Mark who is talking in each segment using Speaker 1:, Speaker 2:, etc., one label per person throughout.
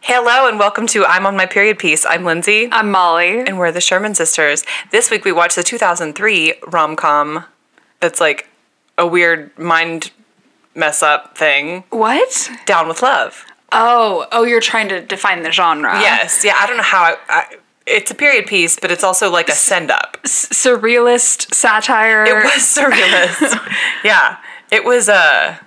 Speaker 1: Hello and welcome to I'm on my period piece. I'm Lindsay
Speaker 2: I'm Molly.
Speaker 1: and we're the Sherman sisters. This week we watched the 2003 rom-com that's like a weird mind mess up thing,
Speaker 2: what?
Speaker 1: Down with Love.
Speaker 2: Oh, oh, you're trying to define the genre.
Speaker 1: Yes, yeah, I don't know how I, I it's a period piece, but it's also like a send up. It
Speaker 2: S- surrealist satire.
Speaker 1: was surrealist. yeah. It was uh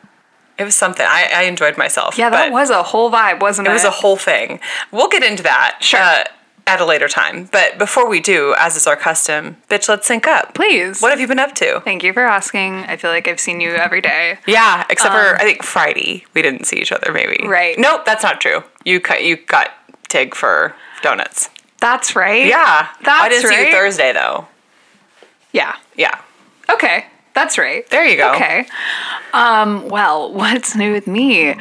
Speaker 1: it was something. I, I enjoyed myself.
Speaker 2: Yeah, that
Speaker 1: but-
Speaker 2: was a whole vibe, wasn't it?
Speaker 1: It was a whole thing. We'll get into that uh,
Speaker 2: Sure.
Speaker 1: at a later time. But before we do, as is our custom, bitch, let's sync up.
Speaker 2: Please.
Speaker 1: What have you been up to?
Speaker 2: Thank you for asking. I feel like I've seen you every day.
Speaker 1: Yeah, except for I think Friday we didn't see each other. Maybe
Speaker 2: Right.
Speaker 1: Nope, that's not true. You cut. You got Tig for donuts.
Speaker 2: That's right.
Speaker 1: Yeah, I
Speaker 2: That's
Speaker 1: didn't see you
Speaker 2: right.
Speaker 1: Thursday though.
Speaker 2: Yeah.
Speaker 1: Yeah,
Speaker 2: Okay. That's right.
Speaker 1: there you go.
Speaker 2: Okay. Um, well, what's new with me?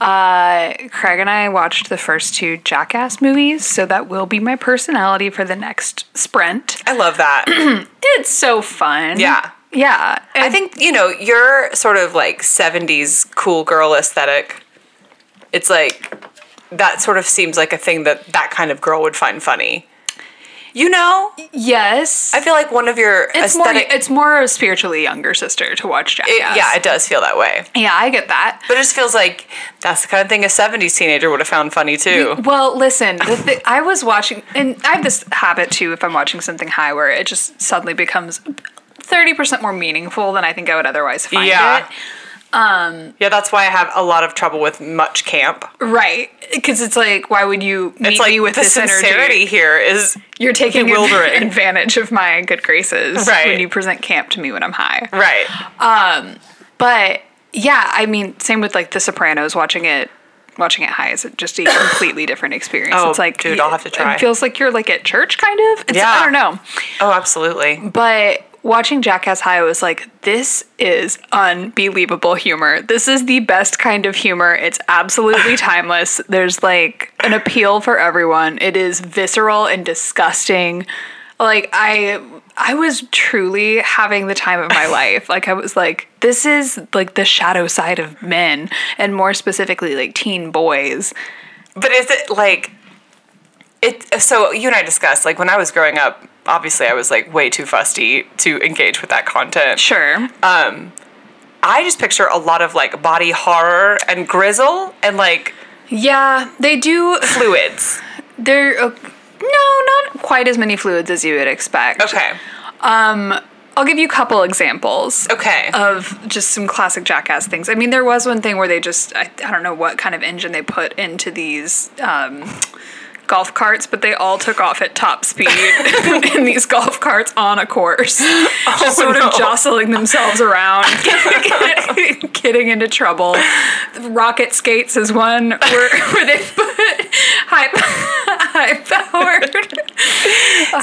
Speaker 2: Uh, Craig and I watched the first two Jackass movies, so that will be my personality for the next sprint.
Speaker 1: I love that.
Speaker 2: It's so fun.
Speaker 1: Yeah.
Speaker 2: Yeah.
Speaker 1: I think you know your sort of like '70s cool girl aesthetic. It's like that sort of seems like a thing that that kind of girl would find funny. You know,
Speaker 2: Yes.
Speaker 1: I feel like one of your
Speaker 2: it's
Speaker 1: aesthetic.
Speaker 2: more it's more a spiritually younger sister to watch Jackass.
Speaker 1: it- Yeah, it does feel that way.
Speaker 2: yeah, I get that.
Speaker 1: But it just feels like that's the kind of thing a 70s teenager would have found funny too.
Speaker 2: Well, listen, the th- I was watching, and I have this habit too. If I'm watching something high, where it just suddenly becomes thirty percent more meaningful than I think I would otherwise find
Speaker 1: Yeah.
Speaker 2: it. Um,
Speaker 1: Yeah, that's why I have a lot of trouble with much camp.
Speaker 2: Right? Because it's like, why would you meet
Speaker 1: It's like
Speaker 2: me with
Speaker 1: the
Speaker 2: this energy?
Speaker 1: sincerity here is
Speaker 2: You're taking
Speaker 1: bewildering.
Speaker 2: advantage of my good graces
Speaker 1: Right.
Speaker 2: when you present camp to me when I'm high.
Speaker 1: right.
Speaker 2: But yeah, I mean, same with like The Sopranos. Watching it, watching it high is just a completely different experience.
Speaker 1: Oh,
Speaker 2: it's like
Speaker 1: dude, I'll have to try.
Speaker 2: It feels like you're like at church, kind of. It's,
Speaker 1: Yeah.
Speaker 2: I don't know.
Speaker 1: Oh, absolutely.
Speaker 2: But watching Jackass High, I was like, this is unbelievable humor. This is the best kind of humor. It's absolutely timeless. There's like an appeal for everyone. It is visceral and disgusting. Like I I was truly having the time of my life. Like I was like, this is like the shadow side of men and more specifically like teen boys.
Speaker 1: But is it like it so you and I discussed like when I was growing up, obviously I was like way too fusty to engage with that content.
Speaker 2: Sure.
Speaker 1: I just picture a lot of like body horror and grizzle and like
Speaker 2: yeah, they do
Speaker 1: fluids.
Speaker 2: There, uh, no, not quite as many fluids as you would expect.
Speaker 1: Okay.
Speaker 2: I'll give you a couple examples
Speaker 1: Okay.
Speaker 2: of just some classic Jackass things. I mean, there was one thing where they just, I, I don't know what kind of engine they put into these. Um, golf carts but they all took off at top speed in these golf carts on a course just sort
Speaker 1: Oh, no.
Speaker 2: of jostling themselves around getting into trouble rocket skates is one where, where they put high, high powered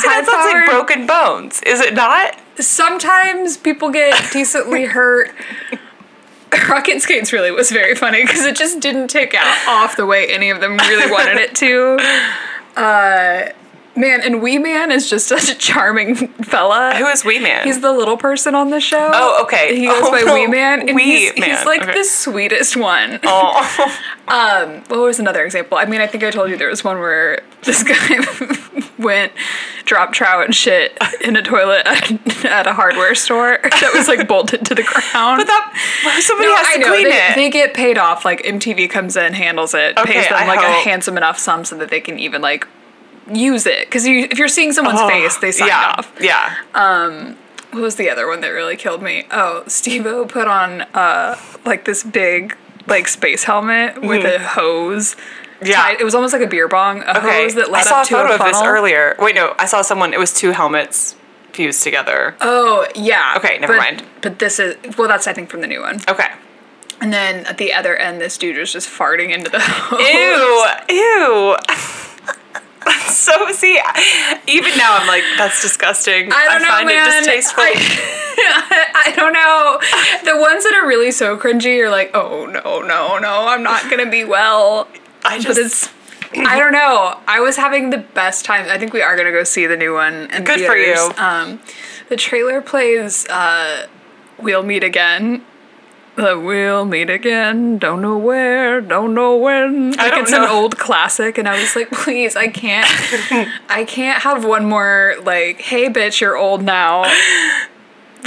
Speaker 1: that sounds like broken bones, is it not?
Speaker 2: sometimes people get decently hurt. Rocket skates really was very funny because it just didn't take out off the way any of them really wanted it to. Uh, man, and Wee Man is just such a charming fella.
Speaker 1: Who is Wee Man?
Speaker 2: He's the little person on the show.
Speaker 1: Oh, okay.
Speaker 2: He goes
Speaker 1: Oh,
Speaker 2: by
Speaker 1: no.
Speaker 2: Wee Man, and
Speaker 1: Wee
Speaker 2: he's,
Speaker 1: Man,
Speaker 2: he's like
Speaker 1: okay.
Speaker 2: the sweetest one.
Speaker 1: oh.
Speaker 2: What was another example? I mean, I think I told you there was one where this guy went drop trout and shit in a toilet at, at a hardware store that was like bolted to the ground.
Speaker 1: But that somebody
Speaker 2: No,
Speaker 1: has to
Speaker 2: I know
Speaker 1: clean
Speaker 2: they,
Speaker 1: it.
Speaker 2: they get paid off. Like MTV comes in, handles it,
Speaker 1: Okay,
Speaker 2: pays them
Speaker 1: I
Speaker 2: like a
Speaker 1: hope-
Speaker 2: handsome enough sum so that they can even like use it. Because you, if you're seeing someone's
Speaker 1: Oh,
Speaker 2: face, they sign
Speaker 1: yeah,
Speaker 2: off.
Speaker 1: Yeah.
Speaker 2: What was the other one that really killed me? Oh, Steve-O put on uh like this big like space helmet with
Speaker 1: Mm-hmm.
Speaker 2: a hose.
Speaker 1: Yeah.
Speaker 2: tied- It was almost like a beer bong, a
Speaker 1: okay.
Speaker 2: hose that
Speaker 1: I
Speaker 2: led
Speaker 1: saw
Speaker 2: up
Speaker 1: a
Speaker 2: to a,
Speaker 1: photo of
Speaker 2: funnel.
Speaker 1: this earlier. Wait, no, I saw someone. It was two helmets fused together.
Speaker 2: Oh, yeah.
Speaker 1: Okay, never
Speaker 2: but,
Speaker 1: mind. Oh.
Speaker 2: But this is well that's I think from the new one.
Speaker 1: okay.
Speaker 2: And then at the other end this dude was just farting into the hose.
Speaker 1: Ew. Ew. so see, even now I'm like, that's disgusting.
Speaker 2: I don't know,
Speaker 1: find
Speaker 2: man.
Speaker 1: it distasteful.
Speaker 2: I don't know. The ones that are really so cringy, you're like, oh no, no, no, I'm not gonna be well.
Speaker 1: I
Speaker 2: But it's I don't know. I was having the best time. I think we are gonna go see the new one. In
Speaker 1: Good for
Speaker 2: theaters.
Speaker 1: you.
Speaker 2: Um, the trailer plays uh, "We'll Meet Again," that we'll meet again. Don't know where, don't know when. Like
Speaker 1: don't
Speaker 2: it's an
Speaker 1: know.
Speaker 2: old classic, and I was like, please, I can't, I can't have one more like, hey, bitch, you're old now,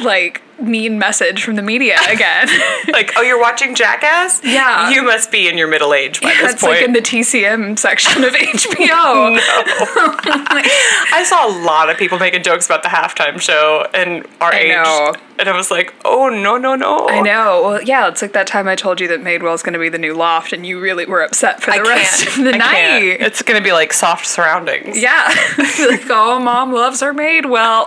Speaker 2: like mean message from the media again.
Speaker 1: Like, oh, you're watching Jackass?
Speaker 2: Yeah.
Speaker 1: You must be in your middle age by this
Speaker 2: That's
Speaker 1: point.
Speaker 2: like in the TCM section of HBO.
Speaker 1: I saw a lot of people making jokes about the halftime show and our age.
Speaker 2: know.
Speaker 1: And I was like, oh, no, no, no.
Speaker 2: I know. Well, yeah, it's like that time I told you that Madewell's going to be the new loft, and you really were upset for the
Speaker 1: I
Speaker 2: rest
Speaker 1: can't.
Speaker 2: of the
Speaker 1: I
Speaker 2: night.
Speaker 1: can't. It's going to be like soft surroundings.
Speaker 2: Yeah. like, oh, mom loves her maid well.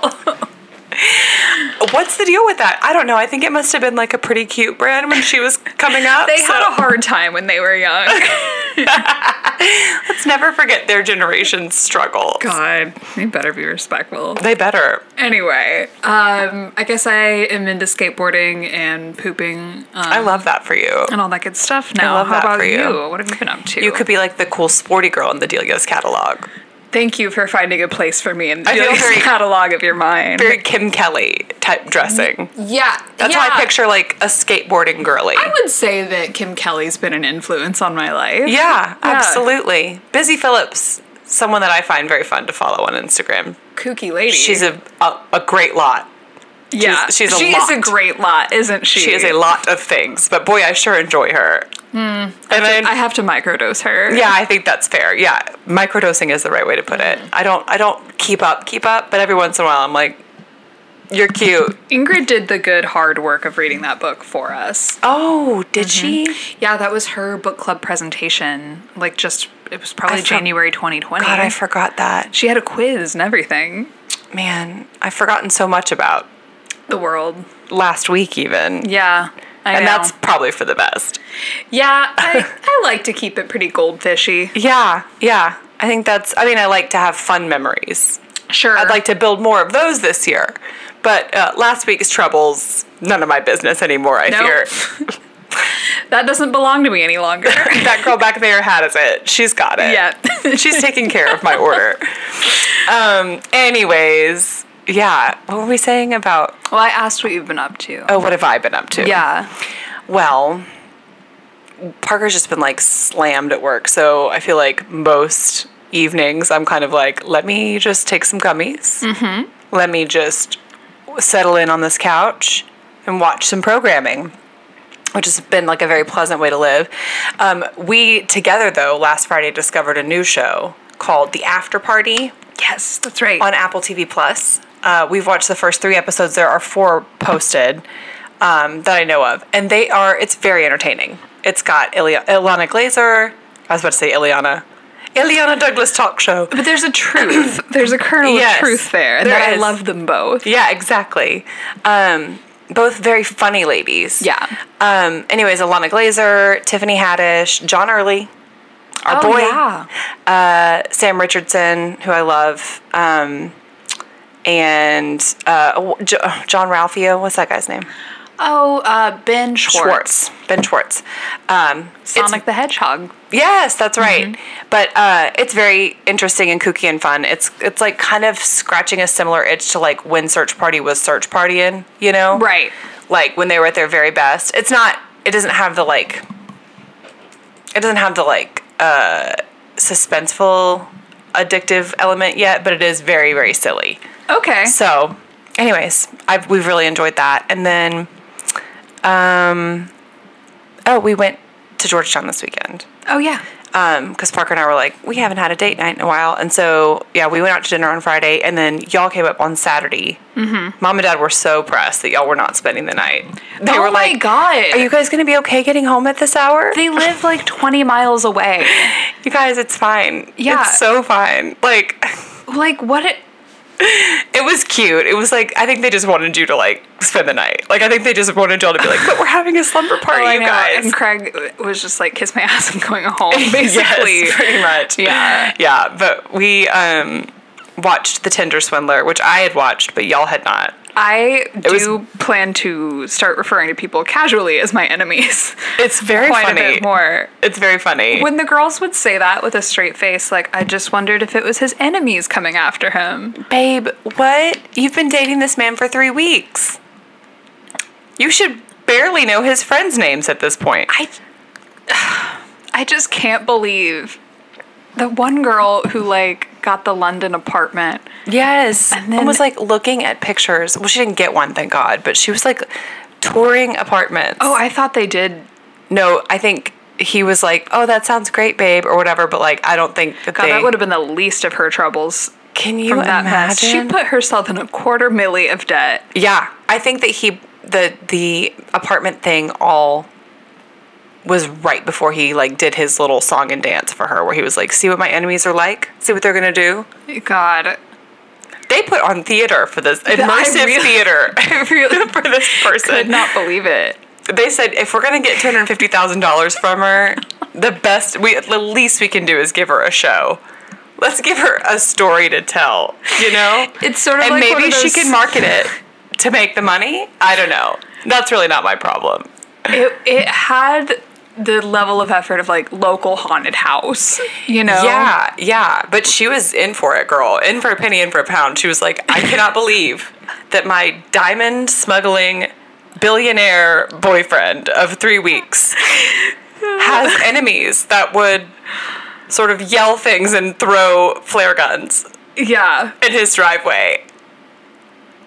Speaker 1: What's the deal with that? I don't know. I think it must have been like a pretty cute brand when she was coming up.
Speaker 2: They
Speaker 1: so
Speaker 2: had a hard time when they were young.
Speaker 1: let's never forget their generation's struggle.
Speaker 2: God, you better be respectful.
Speaker 1: They better.
Speaker 2: Anyway, um, I guess I am into skateboarding and pooping um,
Speaker 1: I love that for you.
Speaker 2: and all that good stuff now.
Speaker 1: love
Speaker 2: How
Speaker 1: that
Speaker 2: about
Speaker 1: for you.
Speaker 2: you? What have you been up to?
Speaker 1: You could be like the cool sporty girl in the Delia's catalog.
Speaker 2: Thank you for finding a place for me in the
Speaker 1: I feel very-
Speaker 2: catalog of your mind.
Speaker 1: Very Kim Kelly type dressing.
Speaker 2: yeah,
Speaker 1: That's why I picture like a skateboarding girly.
Speaker 2: I would say that Kim Kelly's been an influence on my life.
Speaker 1: Yeah, absolutely. Busy Phillips, someone that I find very fun to follow on Instagram.
Speaker 2: kooky lady.
Speaker 1: She's a a, a great lot.
Speaker 2: yeah.
Speaker 1: she's a
Speaker 2: she is a
Speaker 1: lot.
Speaker 2: great lot, isn't she?
Speaker 1: She is a lot of things, but boy, I sure enjoy her. and I,
Speaker 2: I have to microdose her.
Speaker 1: yeah, I think that's fair. Yeah, microdosing is the right way to put it. I don't I don't keep up, keep up, but every once in a while I'm like, you're cute.
Speaker 2: Ingrid did the good hard work of reading that book for us.
Speaker 1: Oh, did she?
Speaker 2: Yeah, that was her book club presentation. Like just it was probably
Speaker 1: I for-
Speaker 2: January 2020.
Speaker 1: God, I forgot that.
Speaker 2: she had a quiz and everything.
Speaker 1: Man, I've forgotten so much about
Speaker 2: The world.
Speaker 1: last week even.
Speaker 2: Yeah. I
Speaker 1: And
Speaker 2: know.
Speaker 1: that's probably for the best.
Speaker 2: yeah, I, I like to keep it pretty goldfishy.
Speaker 1: Yeah, yeah. I think that's, I mean, I like to have fun memories.
Speaker 2: Sure.
Speaker 1: I'd like to build more of those this year. But uh, last week's troubles, none of my business anymore, I
Speaker 2: No.
Speaker 1: fear.
Speaker 2: that doesn't belong to me any longer.
Speaker 1: that girl back there has it. She's got it.
Speaker 2: yeah.
Speaker 1: She's taking care of my order. Um, anyways, yeah. What were we saying about,
Speaker 2: well, I asked what you've been up to.
Speaker 1: oh, what have I been up to?
Speaker 2: Yeah.
Speaker 1: Well, Parker's just been like slammed at work. So I feel like most evenings I'm kind of like, let me just take some gummies. Mm-hmm. Let me just settle in on this couch and watch some programming. Which has been like a very pleasant way to live. Um, we together though last Friday discovered a new show called The After Party
Speaker 2: Yes, that's right.
Speaker 1: on Apple TV Plus. Uh, we've watched the first three episodes. There are four posted um, that I know of, and they are. It's very entertaining. It's got Ilia- Ilana Glazer. I was about to say Ileana. Ileana Douglas talk show.
Speaker 2: but there's a truth. there's a kernel
Speaker 1: Yes,
Speaker 2: of truth there, and
Speaker 1: there
Speaker 2: that I
Speaker 1: is.
Speaker 2: love them both.
Speaker 1: Yeah, exactly. Um, both very funny ladies.
Speaker 2: Yeah.
Speaker 1: Um, anyways, Alana Glazer, Tiffany Haddish, John Early, our
Speaker 2: Oh,
Speaker 1: boy,
Speaker 2: yeah.
Speaker 1: Sam Richardson, who I love, um, and uh, J- John Ralphio. What's that guy's name?
Speaker 2: Oh, uh, Ben Schwartz.
Speaker 1: Schwartz. Ben Schwartz. Um, it's-
Speaker 2: Sonic the Hedgehog.
Speaker 1: yes, that's right. But uh, it's very interesting and kooky and fun. It's it's like kind of scratching a similar itch to like when Search Party was Search Partying, you know?
Speaker 2: Right.
Speaker 1: Like when they were at their very best. It's not. It doesn't have the like. It doesn't have the like uh, suspenseful, addictive element yet, but it is very very silly.
Speaker 2: Okay.
Speaker 1: So, anyways, I've, we've really enjoyed that. And then, um, oh, we went to Georgetown this weekend
Speaker 2: oh yeah.
Speaker 1: because Parker and I were like, we haven't had a date night in a while. And so, yeah, we went out to dinner on Friday, and then y'all came up on Saturday. Mm-hmm. Mom and Dad were so pressed that y'all were not spending the night. They
Speaker 2: oh
Speaker 1: were
Speaker 2: my
Speaker 1: like,
Speaker 2: God.
Speaker 1: are you guys going to be okay getting home at this hour?
Speaker 2: they live like 20 miles away.
Speaker 1: You guys, it's fine.
Speaker 2: Yeah.
Speaker 1: It's so fine. Like,
Speaker 2: Like what? It,
Speaker 1: it was cute. It was like I think they just wanted you to like spend the night. Like I think they just wanted y'all to be like, but we're having a slumber party, you guys.
Speaker 2: Oh, And Craig was just like, kiss my ass. I'm going home. Basically.
Speaker 1: Yes, pretty much.
Speaker 2: Yeah.
Speaker 1: yeah. But we um, watched The Tinder Swindler, which I had watched, but y'all had not.
Speaker 2: I do
Speaker 1: was-
Speaker 2: plan to start referring to people casually as my enemies.
Speaker 1: It's very
Speaker 2: Quite
Speaker 1: funny.
Speaker 2: a bit more.
Speaker 1: It's very funny.
Speaker 2: When the girls would say that with a straight face, like I just wondered if it was his enemies coming after him.
Speaker 1: Babe, what? You've been dating this man for three weeks. You should barely know his friends' names at this point.
Speaker 2: I I just can't believe the one girl who like got the London apartment.
Speaker 1: Yes. And,
Speaker 2: And then-
Speaker 1: was like looking at pictures. Well, she didn't get one, thank God, but she was like touring apartments.
Speaker 2: Oh, I thought they did
Speaker 1: no, I think he was like, "Oh, that sounds great, babe," or whatever. But like, I don't think that
Speaker 2: God,
Speaker 1: they
Speaker 2: that would have been the least of her troubles
Speaker 1: Can you
Speaker 2: from that mess. She
Speaker 1: imagine?
Speaker 2: put herself in a quarter milli of debt.
Speaker 1: yeah, I think that he the the apartment thing all was right before he like did his little song and dance for her, where he was like, "See what my enemies are like. See what they're gonna do."
Speaker 2: God.
Speaker 1: They put on theater for this immersive
Speaker 2: really-
Speaker 1: theater
Speaker 2: I really
Speaker 1: for this
Speaker 2: could
Speaker 1: person.
Speaker 2: not believe it.
Speaker 1: They said if we're gonna get two hundred fifty thousand dollars from her, the best we the least we can do is give her a show. Let's give her a story to tell. You know.
Speaker 2: It's sort of
Speaker 1: and
Speaker 2: like one
Speaker 1: maybe
Speaker 2: of
Speaker 1: she
Speaker 2: those-
Speaker 1: can market it to make the money. I don't know. That's really not my problem.
Speaker 2: It, it had the level of effort of like local haunted house, you know?
Speaker 1: Yeah, yeah. But she was in for it, girl. In for a penny, in for a pound. She was like, I cannot believe that my diamond smuggling billionaire boyfriend of three weeks has enemies that would sort of yell things and throw flare guns
Speaker 2: Yeah.
Speaker 1: in his driveway.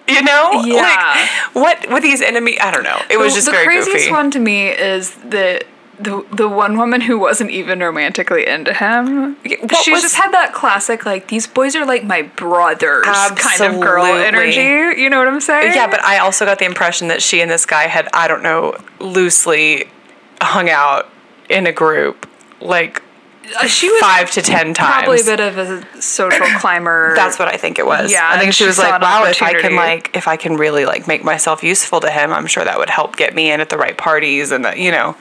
Speaker 1: You know,
Speaker 2: Yeah.
Speaker 1: like what with these enemy? I don't know. It was
Speaker 2: The-
Speaker 1: just
Speaker 2: the
Speaker 1: very
Speaker 2: craziest
Speaker 1: goofy.
Speaker 2: one to me is the the the one woman who wasn't even romantically into him.
Speaker 1: what
Speaker 2: she
Speaker 1: was-
Speaker 2: just had that classic like these boys are like my brothers kind of girl
Speaker 1: Absolutely.
Speaker 2: energy. You know what I'm saying?
Speaker 1: Yeah, but I also got the impression that she and this guy had, I don't know, loosely hung out in a group like
Speaker 2: Uh, she was
Speaker 1: five to ten times.
Speaker 2: probably a bit of a social climber.
Speaker 1: That's what I think it was.
Speaker 2: Yeah,
Speaker 1: I think
Speaker 2: and
Speaker 1: she
Speaker 2: she
Speaker 1: was
Speaker 2: saw
Speaker 1: like,
Speaker 2: an
Speaker 1: "Wow, if I can
Speaker 2: opportunity.
Speaker 1: like, if I can really like make myself useful to him, I'm sure that would help get me in at the right parties and that you know."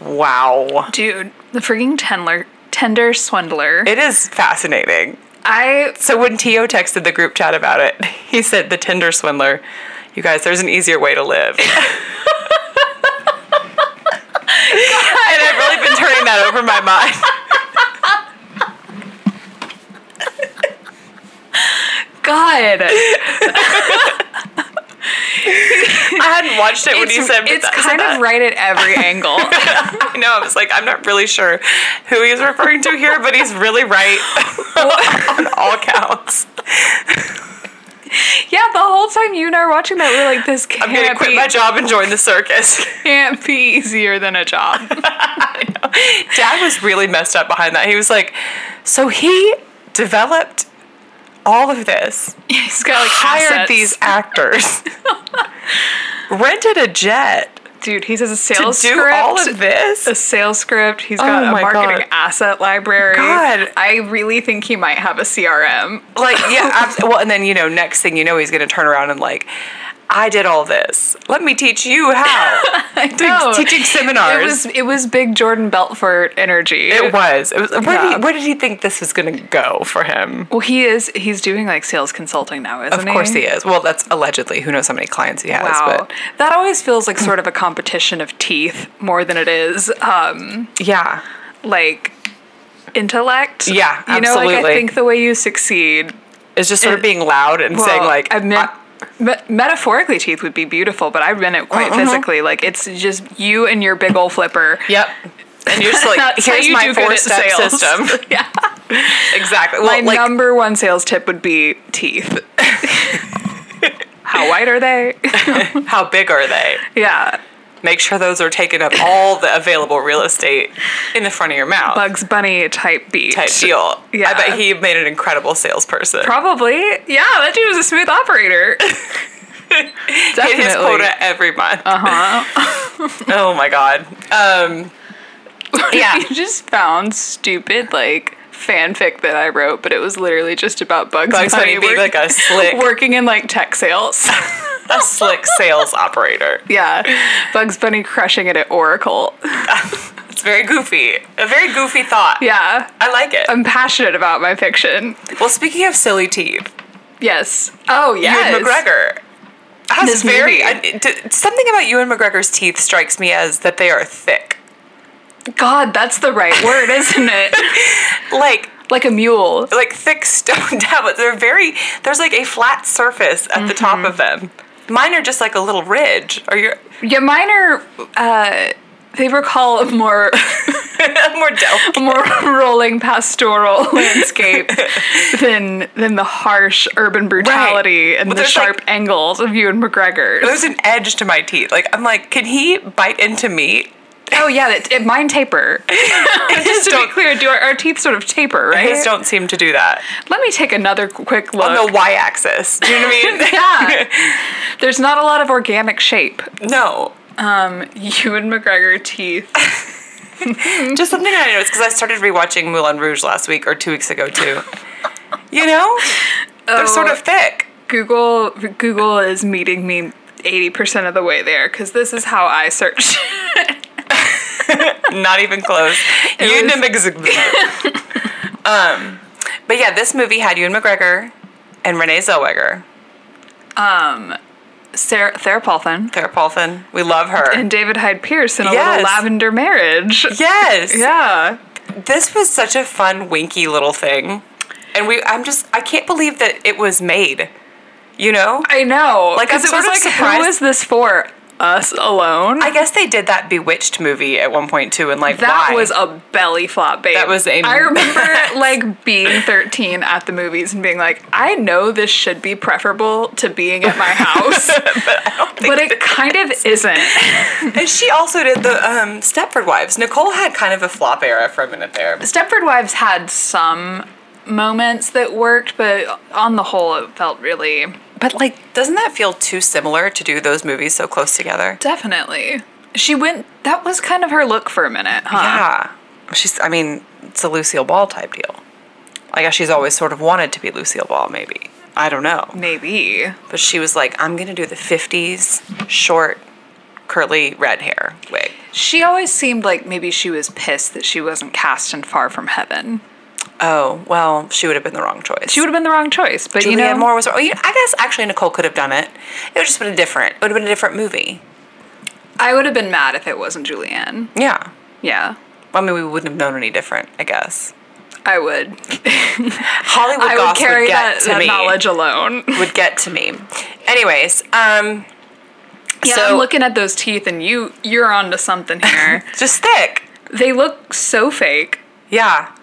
Speaker 1: Wow,
Speaker 2: dude, the freaking tender tender swindler.
Speaker 1: it is fascinating.
Speaker 2: I
Speaker 1: So when Tio texted the group chat about it, he said, "The Tinder swindler." You guys, there's an easier way to live. and I've really been turning that over in my mind.
Speaker 2: God,
Speaker 1: I hadn't watched it when
Speaker 2: it's,
Speaker 1: you said but
Speaker 2: it's
Speaker 1: that- said
Speaker 2: kind
Speaker 1: that.
Speaker 2: of right at every angle.
Speaker 1: I know. I was like, I'm not really sure who he's referring to here, but he's really right on all counts.
Speaker 2: yeah, the whole time you and I were watching that, we are like, this can't
Speaker 1: I'm gonna quit
Speaker 2: be
Speaker 1: my job and join the circus.
Speaker 2: can't be easier than a job.
Speaker 1: Dad was really messed up behind that. He was like, so he developed all of this
Speaker 2: He's got like
Speaker 1: hired
Speaker 2: assets.
Speaker 1: these actors, rented a jet
Speaker 2: dude. He has a
Speaker 1: to do
Speaker 2: sales script,
Speaker 1: all of
Speaker 2: a
Speaker 1: this.
Speaker 2: sales script. He's got
Speaker 1: Oh
Speaker 2: a
Speaker 1: my
Speaker 2: marketing
Speaker 1: God.
Speaker 2: asset library.
Speaker 1: God.
Speaker 2: I really think he might have a CRM.
Speaker 1: Like, yeah, abs- well, and then you know, next thing you know, he's gonna turn around and like, I did all this. Let me teach you how.
Speaker 2: I know.
Speaker 1: Teaching seminars.
Speaker 2: Oh. It was it was big Jordan Belfort energy.
Speaker 1: It was. It was. Where, did he,
Speaker 2: Yeah.
Speaker 1: where did he think this was going to go for him?
Speaker 2: well, he is he's doing like sales consulting now, isn't
Speaker 1: Of
Speaker 2: he?
Speaker 1: course he is. Well, that's allegedly. Who knows how many clients he has?
Speaker 2: Wow,
Speaker 1: But
Speaker 2: that always feels like sort of a competition of teeth more than it is um,
Speaker 1: yeah,
Speaker 2: like intellect.
Speaker 1: Yeah,
Speaker 2: you know, like
Speaker 1: absolutely.
Speaker 2: I think the way you succeed
Speaker 1: it's just sort of being loud and saying
Speaker 2: Well,
Speaker 1: like,
Speaker 2: I meant,
Speaker 1: I-
Speaker 2: me- metaphorically teeth would be beautiful but i meant it quite
Speaker 1: Uh-huh.
Speaker 2: physically like it's just you and your big old flipper
Speaker 1: "Yep." And you're just like,
Speaker 2: That's how
Speaker 1: "Here's
Speaker 2: you
Speaker 1: my
Speaker 2: do good at
Speaker 1: four-step
Speaker 2: sales.
Speaker 1: system."
Speaker 2: yeah
Speaker 1: exactly.
Speaker 2: my
Speaker 1: Well, like,
Speaker 2: number one sales tip would be teeth how white are they
Speaker 1: how big are they?
Speaker 2: yeah
Speaker 1: Make sure those are taking up all the available real estate in the front of your mouth.
Speaker 2: bugs bunny type beat
Speaker 1: type deal.
Speaker 2: Yeah.
Speaker 1: I bet he made an incredible salesperson.
Speaker 2: probably yeah that dude was a smooth operator
Speaker 1: Hit his
Speaker 2: definitely. Uh-huh.
Speaker 1: quota every month. Uh huh. oh my god. Um, yeah.
Speaker 2: you just found stupid like fanfic that i wrote but it was literally just about bugs,
Speaker 1: Bugs Bunny being
Speaker 2: working-
Speaker 1: like a slick,
Speaker 2: working in like tech sales
Speaker 1: a slick sales operator.
Speaker 2: Yeah. Bugs Bunny crushing it at Oracle.
Speaker 1: It's very goofy. A very goofy thought.
Speaker 2: Yeah. Um,
Speaker 1: I like it.
Speaker 2: I'm passionate about my fiction.
Speaker 1: well, speaking of silly teeth,
Speaker 2: Yes. Oh, yes.
Speaker 1: Ewan McGregor has
Speaker 2: This
Speaker 1: very
Speaker 2: movie.
Speaker 1: I- d- something about Ewan McGregor's teeth strikes me as that they are thick,
Speaker 2: God, that's the right word, isn't it?
Speaker 1: like
Speaker 2: like a mule. Mm-hmm.
Speaker 1: like thick stone tablets. They're very there's like a flat surface at the top of them. Mine are just like a little ridge. Are you
Speaker 2: Yeah, mine are. Uh, they recall a more
Speaker 1: more delicate?
Speaker 2: a more rolling pastoral landscape than than the harsh urban brutality and
Speaker 1: But
Speaker 2: the
Speaker 1: there's,
Speaker 2: sharp
Speaker 1: like-
Speaker 2: angles of you and McGregor's.
Speaker 1: There's an edge to my teeth. Like I'm like, can he bite into meat?
Speaker 2: oh yeah, it, it, mine taper. Just to be
Speaker 1: don't-
Speaker 2: clear, do our, our teeth sort of taper, right?
Speaker 1: His don't seem to do that
Speaker 2: Let me take another qu- quick look.
Speaker 1: on the y-axis. Do you know what I
Speaker 2: yeah, there's not a lot of organic shape.
Speaker 1: mean? no,
Speaker 2: Um, you and McGregor teeth. Mm-hmm.
Speaker 1: just something I noticed because I started rewatching Moulin Rouge last week or two weeks ago too. You know, they're sort
Speaker 2: Oh.
Speaker 1: of thick.
Speaker 2: Google Google is meeting me eighty percent of the way there because this is how I search.
Speaker 1: Not even close. You
Speaker 2: was-
Speaker 1: was... Um, but yeah, this movie had Ewan McGregor and Renee Zellweger.
Speaker 2: Sarah Therapalthin
Speaker 1: Sarah Paulson, we love her.
Speaker 2: and David Hyde Pierce in a
Speaker 1: Yes.
Speaker 2: little lavender marriage.
Speaker 1: yes.
Speaker 2: Yeah.
Speaker 1: This was such a fun, winky little thing, and we. I'm just. I can't believe that it was made. You know.
Speaker 2: I know.
Speaker 1: Like,
Speaker 2: 'cause
Speaker 1: I'm
Speaker 2: it
Speaker 1: sort
Speaker 2: was
Speaker 1: of
Speaker 2: like,
Speaker 1: surprised-
Speaker 2: who is this for? Us alone.
Speaker 1: I guess they did that Bewitched movie at one point too, and like
Speaker 2: that
Speaker 1: why?
Speaker 2: was a belly flop, babe.
Speaker 1: That was a
Speaker 2: I
Speaker 1: mess.
Speaker 2: remember like being 13 at the movies and being like, I know this should be preferable to being at my house, but it kind of isn't.
Speaker 1: and she also did the um, Stepford Wives. Nicole had kind of a flop era for a minute there.
Speaker 2: Stepford Wives had some moments that worked, but on the whole, it felt really
Speaker 1: But like, doesn't that feel too similar to do those movies so close together?
Speaker 2: definitely. She went. That was kind of her look for a minute, huh?
Speaker 1: Yeah, she's. I mean, it's a Lucille Ball type deal. I guess she's always sort of wanted to be Lucille Ball, maybe. I don't know.
Speaker 2: Maybe.
Speaker 1: But she was like, I'm gonna do the 50s short, curly red hair wig.
Speaker 2: She always seemed like maybe she was pissed that she wasn't cast in Far From Heaven.
Speaker 1: Oh, well, she would have been the wrong choice.
Speaker 2: She would have been the wrong choice, but
Speaker 1: Julianne
Speaker 2: you know,
Speaker 1: Moore was. Oh, you I guess actually Nicole could have done it. It would just been a different. It would have been a different movie.
Speaker 2: I would have been mad if it wasn't Julianne.
Speaker 1: Yeah.
Speaker 2: Yeah,
Speaker 1: I mean, we wouldn't have known any different. I guess
Speaker 2: I would.
Speaker 1: Hollywood
Speaker 2: I would
Speaker 1: goss would,
Speaker 2: carry
Speaker 1: get
Speaker 2: that,
Speaker 1: to
Speaker 2: that
Speaker 1: me.
Speaker 2: knowledge alone.
Speaker 1: Would get to me. Anyways, um,
Speaker 2: Yeah,
Speaker 1: So-
Speaker 2: I'm looking at those teeth, and you you're onto something here.
Speaker 1: just thick.
Speaker 2: they look so fake.
Speaker 1: Yeah.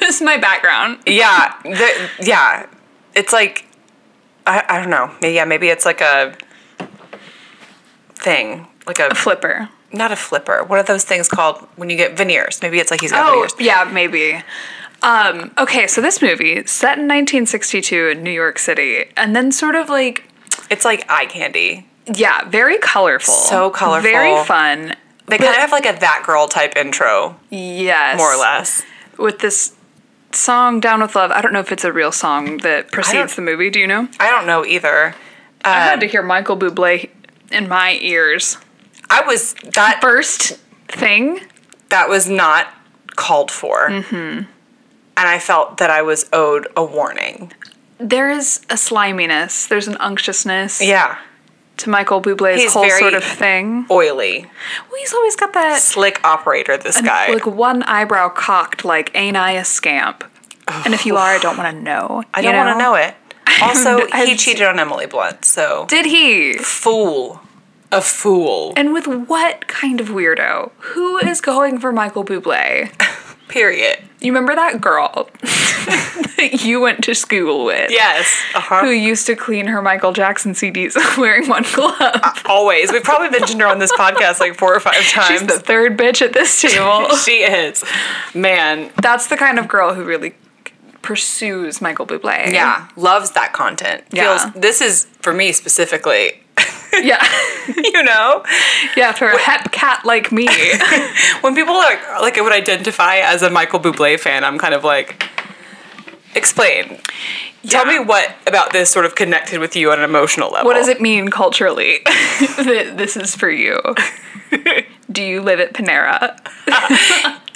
Speaker 2: this is my background.
Speaker 1: Yeah, the, yeah. It's like I, I don't know. Maybe, yeah, maybe it's like a thing, like a
Speaker 2: Flipper.
Speaker 1: not a flipper. What are those things called when you get veneers? Maybe it's like he's got
Speaker 2: Oh,
Speaker 1: veneers.
Speaker 2: yeah, maybe. Um, okay, so this movie set in 1962 in New York City, and then sort of like
Speaker 1: It's like eye candy.
Speaker 2: yeah, very colorful,
Speaker 1: So colorful.
Speaker 2: very fun.
Speaker 1: They kind of have like a that girl type intro,
Speaker 2: yes,
Speaker 1: more or less.
Speaker 2: with this song "Down with Love." I don't know if it's a real song that precedes
Speaker 1: don't-
Speaker 2: the movie. Do you know?
Speaker 1: I don't know either.
Speaker 2: I had to hear Michael Bublé in my ears.
Speaker 1: I was that
Speaker 2: First thing,
Speaker 1: that was not called for, mm-hmm. and I felt that I was owed a warning.
Speaker 2: there is a sliminess. There's an unctiousness
Speaker 1: Yeah,
Speaker 2: to Michael Bublé's
Speaker 1: He's
Speaker 2: whole
Speaker 1: very-
Speaker 2: sort of thing.
Speaker 1: oily,
Speaker 2: Well, he's always got that
Speaker 1: slick operator. This guy.
Speaker 2: like one eyebrow cocked, like ain't I a scamp? And if you are, I don't want to know.
Speaker 1: I don't want to know it. Also, he
Speaker 2: I've-
Speaker 1: cheated on Emily Blunt, so
Speaker 2: Did he?
Speaker 1: fool, a fool.
Speaker 2: And with what kind of weirdo? Who is going for Michael Bublé?
Speaker 1: Period.
Speaker 2: You remember that girl that you went to school with?
Speaker 1: Yes.
Speaker 2: Who
Speaker 1: Uh-huh.
Speaker 2: used to clean her Michael Jackson CDs wearing one glove?
Speaker 1: Uh, Always. We've probably mentioned her on this podcast like four or five times.
Speaker 2: She's the third bitch at this table.
Speaker 1: she is. Man.
Speaker 2: That's the kind of girl who really pursues Michael Bublé.
Speaker 1: Yeah. Loves that content.
Speaker 2: Yeah.
Speaker 1: Feels this is for me specifically.
Speaker 2: yeah,
Speaker 1: you know?
Speaker 2: yeah. For a hep cat like me.
Speaker 1: When people like like would identify as a Michael Bublé fan, I'm kind of like explain. Tell me
Speaker 2: Yeah.
Speaker 1: what about this sort of connected with you on an emotional level.
Speaker 2: What does it mean culturally that this is for you? Do you live at Panera?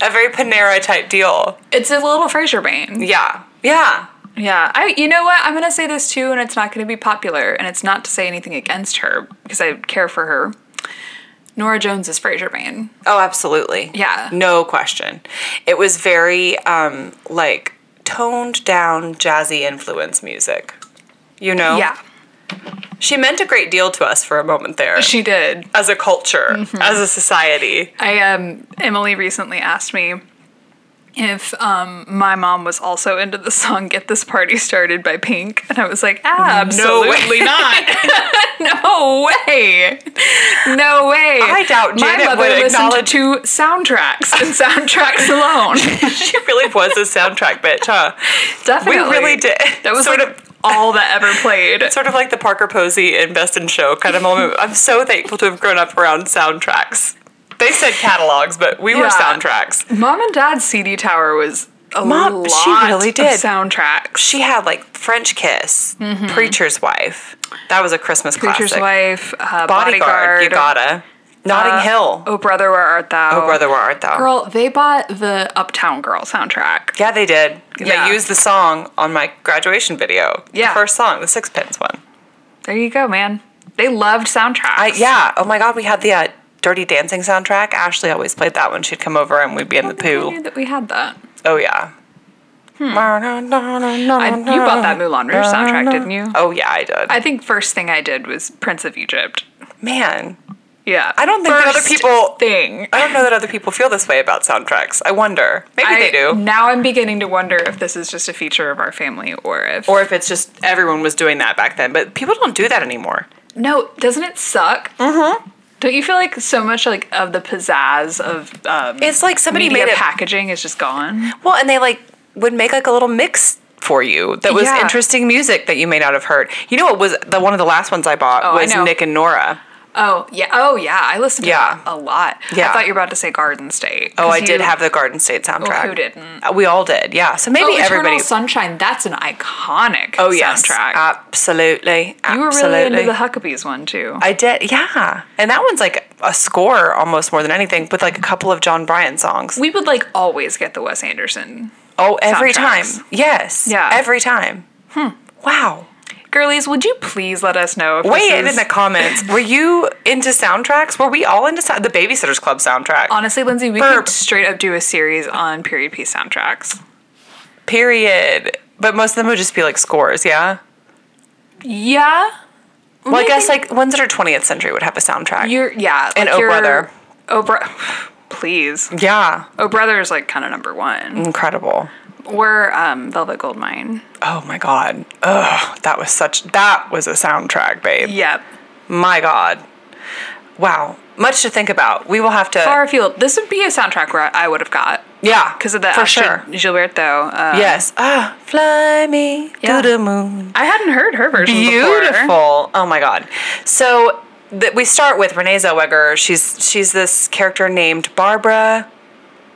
Speaker 1: A very Panera type deal.
Speaker 2: It's a little Fraser Bane.
Speaker 1: Yeah. Yeah.
Speaker 2: Yeah, I. You know what? I'm gonna say this too, and it's not gonna be popular, and it's not to say anything against her because I care for her. Nora Jones is Fraser Bane.
Speaker 1: Oh, absolutely.
Speaker 2: Yeah.
Speaker 1: No question. It was very um like Oh. toned down jazzy influence music. You know?
Speaker 2: Yeah,
Speaker 1: She meant a great deal to us for a moment there.
Speaker 2: She Mm-hmm. did.
Speaker 1: as a culture, as a society.
Speaker 2: I um Emily recently asked me if um my mom was also into the song "Get This Party Started" by Pink, and I was like, absolutely
Speaker 1: not.
Speaker 2: no, way, no way.
Speaker 1: I doubt Janet
Speaker 2: my mother
Speaker 1: would
Speaker 2: listened
Speaker 1: acknowledge-
Speaker 2: to soundtracks and soundtracks alone.
Speaker 1: she really was a soundtrack bitch, huh?
Speaker 2: Definitely,
Speaker 1: really did.
Speaker 2: That was
Speaker 1: Sort
Speaker 2: sort
Speaker 1: of-
Speaker 2: of all that ever played.
Speaker 1: Sort of like the Parker Posey and Best in Show kind of moment. I'm so thankful to have grown up around soundtracks. They said catalogs, but we were
Speaker 2: Yeah.
Speaker 1: soundtracks.
Speaker 2: Mom and Dad's CD tower was a
Speaker 1: Mom-
Speaker 2: lot.
Speaker 1: she really
Speaker 2: of
Speaker 1: did.
Speaker 2: soundtracks.
Speaker 1: She had like French Kiss, Preacher's Wife. That was a Christmas
Speaker 2: Preacher's
Speaker 1: classic.
Speaker 2: Wife, uh,
Speaker 1: Bodyguard, Uh, you gotta. Notting Hill.
Speaker 2: Oh brother, where art thou?
Speaker 1: Oh, brother, where art thou?
Speaker 2: Girl, they bought the Uptown Girl soundtrack.
Speaker 1: Yeah, they did.
Speaker 2: Yeah.
Speaker 1: They used the song on my graduation video.
Speaker 2: Yeah.
Speaker 1: The first song, the Sixpence one.
Speaker 2: There you go, man. They loved soundtracks.
Speaker 1: I, yeah. Oh my God, we had the uh, Dirty Dancing soundtrack. Ashley always played that when she'd come over and we'd be in the
Speaker 2: I
Speaker 1: pool.
Speaker 2: knew that we had that.
Speaker 1: Oh yeah.
Speaker 2: Hmm. I, you bought that Moulin Rouge soundtrack, didn't you?
Speaker 1: Oh yeah, I did.
Speaker 2: I think first thing I did was Prince of Egypt.
Speaker 1: Man,
Speaker 2: Yeah.
Speaker 1: I don't think that other
Speaker 2: First
Speaker 1: people-
Speaker 2: thing.
Speaker 1: I don't know that other people feel this way about soundtracks. I wonder. Maybe they do.
Speaker 2: Now I'm beginning to wonder if this is just a feature of our family or if
Speaker 1: Or if it's just everyone was doing that back then, but people don't do that anymore.
Speaker 2: No, doesn't it suck? Mm-hmm. Don't you feel like so much like of the pizzazz of um,
Speaker 1: It's like somebody
Speaker 2: media
Speaker 1: made it
Speaker 2: packaging is just gone?
Speaker 1: Well, and they like would make like a little mix for you that was
Speaker 2: Yeah.
Speaker 1: interesting music that you may not have heard. You know what was the one of the last ones I bought
Speaker 2: Oh, I
Speaker 1: was
Speaker 2: know.
Speaker 1: Nick and Nora.
Speaker 2: Oh yeah. Oh yeah. I listened to
Speaker 1: Yeah.
Speaker 2: that a lot.
Speaker 1: Yeah.
Speaker 2: I thought you were about to say Garden State.
Speaker 1: Oh,
Speaker 2: 'cause
Speaker 1: I did
Speaker 2: you- Oh,
Speaker 1: have the Garden State soundtrack.
Speaker 2: who didn't?
Speaker 1: Uh, We all did. Yeah. So maybe
Speaker 2: Oh, everybody.
Speaker 1: everybody.
Speaker 2: Eternal Sunshine. That's an iconic.
Speaker 1: oh yes,
Speaker 2: Soundtrack.
Speaker 1: absolutely. Absolutely.
Speaker 2: you were really into the Huckabees one too.
Speaker 1: I did. Yeah. And that one's like a score almost more than anything, with like a couple of John Bryan songs.
Speaker 2: we would like always get the Wes Anderson.
Speaker 1: oh, every time.
Speaker 2: soundtracks.
Speaker 1: Yes.
Speaker 2: Yeah.
Speaker 1: Every time. Hmm. Wow.
Speaker 2: Girlies, would you please let us know? If this
Speaker 1: Weigh in
Speaker 2: is-
Speaker 1: in the comments. Were you into soundtracks? Were we all into sou- the Babysitters Club soundtrack?
Speaker 2: Honestly, Lindsay, we
Speaker 1: Burp.
Speaker 2: could straight up do a series on period piece soundtracks.
Speaker 1: Period. But most of them would just be like scores, yeah?
Speaker 2: Yeah.
Speaker 1: Well, I
Speaker 2: I
Speaker 1: guess
Speaker 2: think-
Speaker 1: like ones that are 20th century would have a soundtrack.
Speaker 2: You're yeah.
Speaker 1: And
Speaker 2: like
Speaker 1: Oh
Speaker 2: your-
Speaker 1: Brother.
Speaker 2: Oh brother. Please.
Speaker 1: yeah.
Speaker 2: Oh brother is like kind of number one.
Speaker 1: Incredible.
Speaker 2: We're um, Velvet Goldmine.
Speaker 1: Oh my God. Ugh. That was such, that was a soundtrack, babe.
Speaker 2: Yep.
Speaker 1: My God. Wow. Much to think about. We will have to.
Speaker 2: Far afield. This would be a soundtrack where I would have got
Speaker 1: yeah.
Speaker 2: because of the
Speaker 1: For
Speaker 2: Astrid
Speaker 1: sure.
Speaker 2: Gilberto. Uh,
Speaker 1: Yes. Ah, fly me
Speaker 2: Yeah.
Speaker 1: to the moon.
Speaker 2: I hadn't heard her version before.
Speaker 1: Beautiful. Oh my God. So that we start with Renee Zellweger. She's she's this character named Barbara.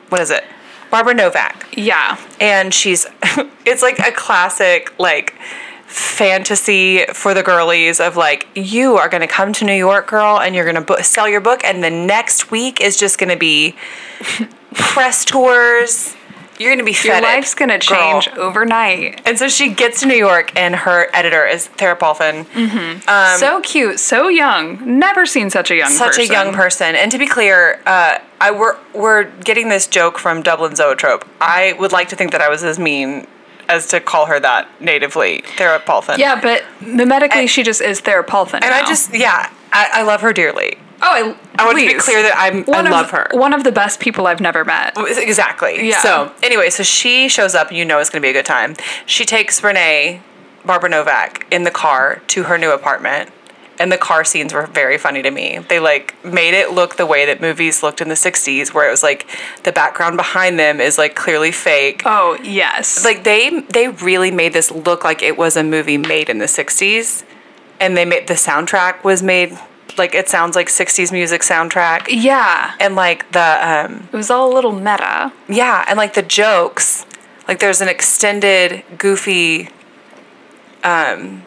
Speaker 1: What is it? Barbara Novak.
Speaker 2: Yeah.
Speaker 1: and she's it's like a classic like fantasy for the girlies of like you are going to come to New York girl and you're going to bo- sell your book and the next week is just going to be press tours you're going to be
Speaker 2: Your
Speaker 1: fed
Speaker 2: life's gonna change overnight.
Speaker 1: and so she gets to New York and her editor is Tara Paulfin
Speaker 2: Mm-hmm. so cute. So young. Never seen such a young.
Speaker 1: Um, such a young person. And to be clear, uh, I we're we're getting this joke from Dublin Zoetrope. I would like to think that I was as mean as to call her that natively, Thera Paulfin.
Speaker 2: Yeah, but mimetically, she just is Therapulfin.
Speaker 1: and I just yeah, I, I love her dearly.
Speaker 2: Oh, I,
Speaker 1: I want to be
Speaker 2: please.
Speaker 1: clear that I'm
Speaker 2: One
Speaker 1: I
Speaker 2: of-
Speaker 1: love her. Oh.
Speaker 2: One of the best people I've never met.
Speaker 1: Exactly.
Speaker 2: Yeah.
Speaker 1: So anyway, so she shows up. You know it's going to be a good time. She takes Renee, Barbara Novak, in the car to her new apartment. And the car scenes were very funny to me. They like made it look the way that movies looked in the '60s, where it was like the background behind them is like clearly fake.
Speaker 2: Oh yes.
Speaker 1: Like they they really made this look like it was a movie made in the '60s, and they made the soundtrack was made like it sounds like '60s music soundtrack,
Speaker 2: yeah.
Speaker 1: and like the um,
Speaker 2: It was all a little meta.
Speaker 1: yeah, and like the jokes, like there's an extended goofy. Um,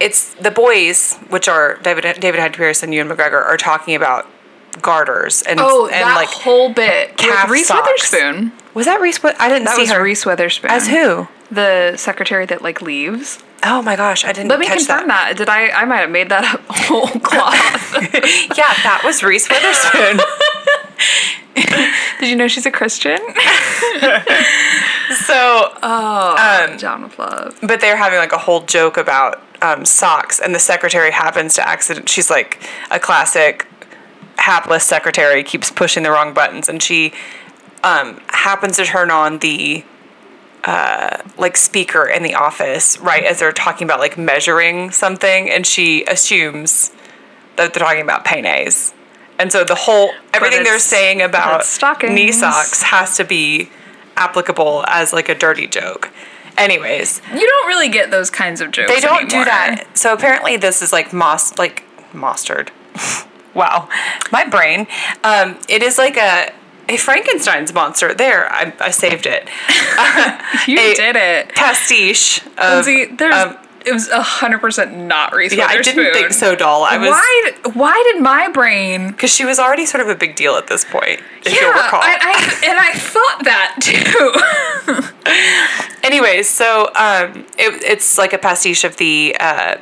Speaker 1: it's the boys, which are David David Hyde Pierce and Ewan McGregor, are talking about garters and
Speaker 2: Oh,
Speaker 1: and
Speaker 2: that
Speaker 1: like
Speaker 2: whole bit.
Speaker 1: calf
Speaker 2: With Reese
Speaker 1: socks.
Speaker 2: Witherspoon.
Speaker 1: was that Reese? Wi- I didn't
Speaker 2: That
Speaker 1: see
Speaker 2: was
Speaker 1: her.
Speaker 2: Reese Witherspoon.
Speaker 1: As who?
Speaker 2: The secretary that like leaves.
Speaker 1: Oh my gosh, I didn't.
Speaker 2: Let me
Speaker 1: catch
Speaker 2: confirm that. Did I? I might have made that up whole cloth.
Speaker 1: that. yeah, that was Reese Witherspoon.
Speaker 2: Did you know she's a Christian?
Speaker 1: so
Speaker 2: Down with love.
Speaker 1: Um, but they're having like a whole joke about um, socks, and the secretary happens to accident. She's like a classic hapless secretary, keeps pushing the wrong buttons, and she um, happens to turn on the uh, like speaker in the office right as they're talking about like measuring something and she assumes that they're talking about peines and so the whole everything they're
Speaker 2: it's-
Speaker 1: saying about
Speaker 2: it's stockings.
Speaker 1: knee socks has to be applicable as like a dirty joke anyways
Speaker 2: You don't really get those kinds of jokes.
Speaker 1: they don't do
Speaker 2: anymore.
Speaker 1: that so apparently this is like mos like mustard wow my brain um, it is like a a frankenstein's monster there i, I saved it
Speaker 2: You
Speaker 1: Hey,
Speaker 2: did it.
Speaker 1: pastiche of,
Speaker 2: See, there's
Speaker 1: of
Speaker 2: it was hundred percent not Reese
Speaker 1: um, Yeah, I
Speaker 2: Witherspoon.
Speaker 1: didn't think so, doll. I was
Speaker 2: why? Why did my brain?
Speaker 1: because she was already sort of a big deal at this point, if
Speaker 2: yeah,
Speaker 1: you'll recall.
Speaker 2: I, I, and I thought that too.
Speaker 1: Anyways, so um, it, it's like a pastiche of the uh,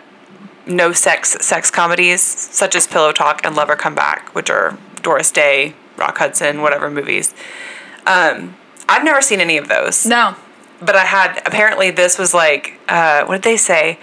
Speaker 1: no sex sex comedies such as Pillow Talk and Lover Come Back, which are Doris Day, Rock Hudson, whatever movies. Um, I've never seen any of those.
Speaker 2: no,
Speaker 1: but I had apparently this was like uh, what did they say?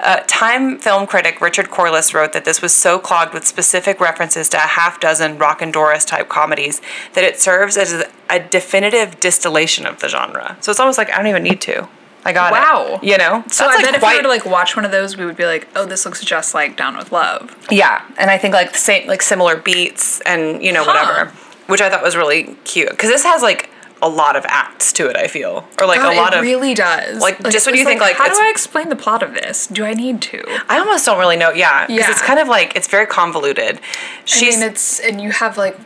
Speaker 1: Uh, Time film critic Richard Corliss wrote that this was so clogged with specific references to a half dozen rock and Doris type comedies that it serves as a definitive distillation of the genre. So it's almost like I don't even need to. I got it.
Speaker 2: Wow.
Speaker 1: You know.
Speaker 2: so
Speaker 1: That's,
Speaker 2: I bet if we were
Speaker 1: quite-
Speaker 2: to like watch one of those, we would be like, "Oh, this looks just like Down with Love."
Speaker 1: Yeah, and I think like the same like similar beats and you know
Speaker 2: Huh.
Speaker 1: whatever, which I thought was really cute because this has like a lot of acts to it. I feel or like
Speaker 2: God,
Speaker 1: a lot
Speaker 2: Oh, it
Speaker 1: of
Speaker 2: really does.
Speaker 1: like, just when
Speaker 2: it's
Speaker 1: you think, like,
Speaker 2: how do
Speaker 1: it's-
Speaker 2: I explain the plot of this? Do I need to?
Speaker 1: I almost don't really know. Yeah, because
Speaker 2: Yeah.
Speaker 1: it's kind of like it's very convoluted. She's
Speaker 2: I mean, it's and you have like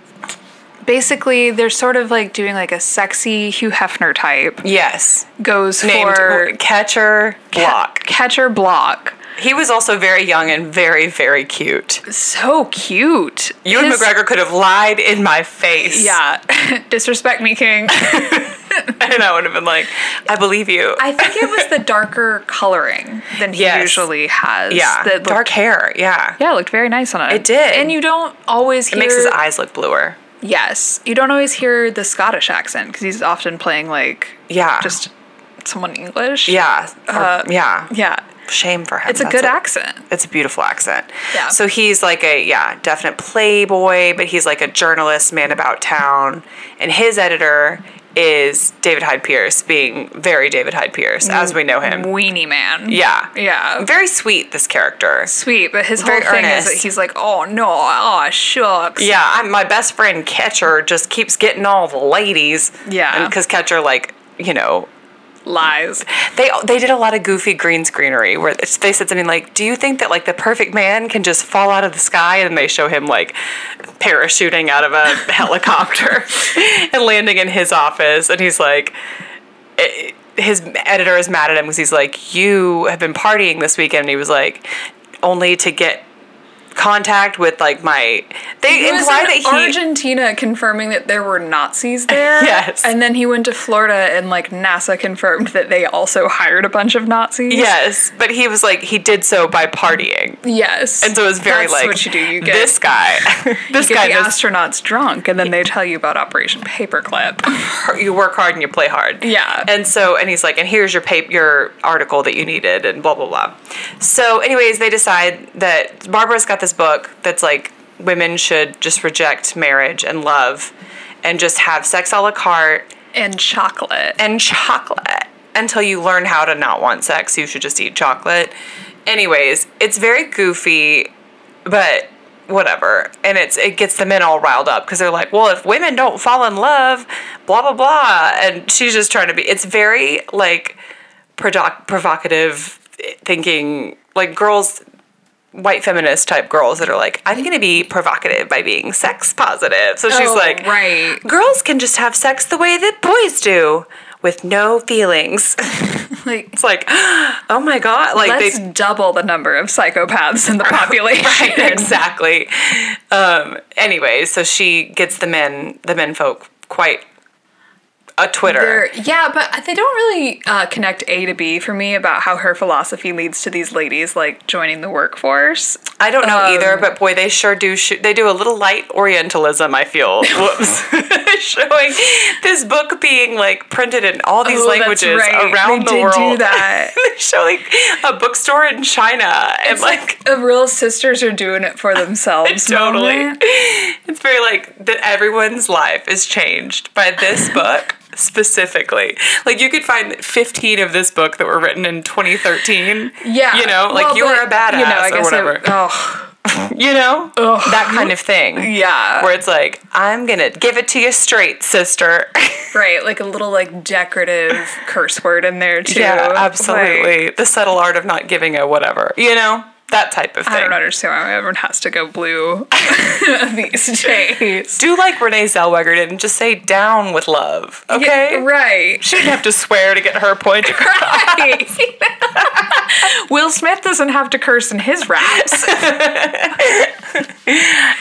Speaker 2: basically they're sort of like doing like a sexy Hugh Hefner type
Speaker 1: yes
Speaker 2: goes
Speaker 1: named
Speaker 2: for
Speaker 1: Catcher Block.
Speaker 2: catcher block.
Speaker 1: He was also very young and very very cute.
Speaker 2: So cute.
Speaker 1: Ewan
Speaker 2: His-
Speaker 1: McGregor could have lied in my face.
Speaker 2: Yeah, disrespect me, King.
Speaker 1: and I would have been like, I believe you.
Speaker 2: I think it was the darker coloring than he
Speaker 1: Yes.
Speaker 2: usually has.
Speaker 1: yeah,
Speaker 2: that looked-
Speaker 1: dark hair. Yeah,
Speaker 2: Yeah, it looked very nice on it.
Speaker 1: It did.
Speaker 2: and you don't always
Speaker 1: it
Speaker 2: hear.
Speaker 1: makes his eyes look bluer.
Speaker 2: Yes, you don't always hear the Scottish accent because he's often playing like
Speaker 1: Yeah.
Speaker 2: just someone English.
Speaker 1: Yeah, Or-
Speaker 2: Uh,
Speaker 1: yeah.
Speaker 2: yeah.
Speaker 1: Shame for him.
Speaker 2: It's a
Speaker 1: That's
Speaker 2: good accent.
Speaker 1: It's a beautiful accent.
Speaker 2: Yeah.
Speaker 1: So he's like a yeah, definite playboy, but he's like a journalist, man about town, and his editor is David Hyde Pierce, being very David Hyde Pierce as we know him.
Speaker 2: Weenie man.
Speaker 1: Yeah.
Speaker 2: Yeah.
Speaker 1: Very sweet this character.
Speaker 2: Sweet, but his whole
Speaker 1: Very
Speaker 2: thing is that
Speaker 1: earnest.
Speaker 2: he's like, oh no, oh shucks.
Speaker 1: Yeah, I'm, my best friend Catcher just keeps getting all the ladies.
Speaker 2: Yeah.
Speaker 1: because Catcher like you know
Speaker 2: Lies.
Speaker 1: they they did a lot of goofy green screenery where it's- they said something like, "Do you think that like the perfect man can just fall out of the sky?" And they show him like parachuting out of a helicopter and landing in his office, and he's like. eh, his editor is mad at him because he's like, "You have been partying this weekend." And he was like, "Only to get contact with like my." They
Speaker 2: He was
Speaker 1: imply
Speaker 2: in
Speaker 1: that he
Speaker 2: Argentina confirming that there were Nazis there.
Speaker 1: Yes.
Speaker 2: And then he went to Florida and like NASA confirmed that they also hired a bunch of Nazis.
Speaker 1: yes, but he was like he did so by partying.
Speaker 2: Yes.
Speaker 1: And so it was very
Speaker 2: That's
Speaker 1: like
Speaker 2: what you do. You get
Speaker 1: this guy, this
Speaker 2: you
Speaker 1: guy
Speaker 2: get the
Speaker 1: knows-
Speaker 2: astronauts drunk, and then they tell you about Operation Paperclip.
Speaker 1: you work hard and you play hard.
Speaker 2: Yeah.
Speaker 1: And so, and he's like, and here's your paper, your article that you needed, and blah blah blah. So, anyways, they decide that Barbara's got this book that's like women should just reject marriage and love, and just have sex a la carte
Speaker 2: and chocolate.
Speaker 1: and chocolate until you learn how to not want sex. You should just eat chocolate. Anyways, it's very goofy, but whatever. And it's it gets the men all riled up because they're like, well, if women don't fall in love, blah blah blah. And she's just trying to be. It's very like prodoc- provocative thinking, like girls. White feminist type girls that are like, I'm gonna be provocative by being sex positive. So she's
Speaker 2: Oh,
Speaker 1: like,
Speaker 2: right.
Speaker 1: Girls can just have sex the way that boys do, with no feelings.
Speaker 2: Like,
Speaker 1: It's like, oh my god, like
Speaker 2: let's
Speaker 1: they
Speaker 2: double the number of psychopaths in the population.
Speaker 1: exactly. Um, anyway, so she gets the men, the men folk, quite a Twitter.
Speaker 2: They're- yeah, but they don't really uh, connect A to B for me about how her philosophy leads to these ladies like joining the workforce.
Speaker 1: I don't know
Speaker 2: Um,
Speaker 1: either, but boy, they sure do. Sh- they do a little light Orientalism. I feel whoops, showing this book being like printed in all these
Speaker 2: Oh, that's
Speaker 1: languages
Speaker 2: right.
Speaker 1: around
Speaker 2: They
Speaker 1: the
Speaker 2: did
Speaker 1: world.
Speaker 2: do that.
Speaker 1: they show like a bookstore in China and
Speaker 2: It's
Speaker 1: like.
Speaker 2: like the real sisters are doing it for themselves.
Speaker 1: Totally.
Speaker 2: moment.
Speaker 1: It's very like that everyone's life is changed by this book specifically. Like you could find 15 of this book that were written in 2013.
Speaker 2: Yeah.
Speaker 1: You know, like
Speaker 2: Well,
Speaker 1: you were a
Speaker 2: but,
Speaker 1: badass or
Speaker 2: it-
Speaker 1: whatever.
Speaker 2: oh,
Speaker 1: you know? That kind of thing.
Speaker 2: yeah.
Speaker 1: Where it's like, I'm going to give it to you straight, sister.
Speaker 2: right. Like a little like decorative curse word in there too.
Speaker 1: yeah,
Speaker 2: Like,
Speaker 1: absolutely. the subtle art of not giving a whatever. You know? That type of thing.
Speaker 2: I don't understand why everyone has to go blue these days.
Speaker 1: Do like Renee Zellweger did and just say down with love, okay?
Speaker 2: Yeah, right.
Speaker 1: She didn't have to swear to get her point across.
Speaker 2: Will Smith doesn't have to curse in his raps.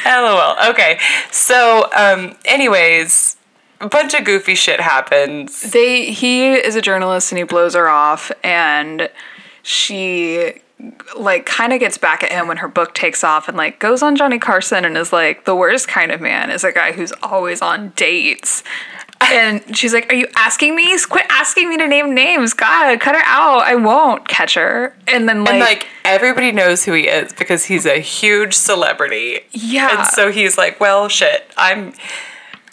Speaker 1: LOL. Okay. So, um, anyways, a bunch of goofy shit happens.
Speaker 2: they he is a journalist and he blows her off and she like kind of gets back at him when her book takes off and like goes on Johnny Carson and is like the worst kind of man is a guy who's always on dates. And she's like, "Are you asking me? Quit asking me to name names. God, cut her out. I won't catch her." And then like,
Speaker 1: And like everybody knows who he is because he's a huge celebrity.
Speaker 2: yeah.
Speaker 1: And so he's like, well, shit, I'm,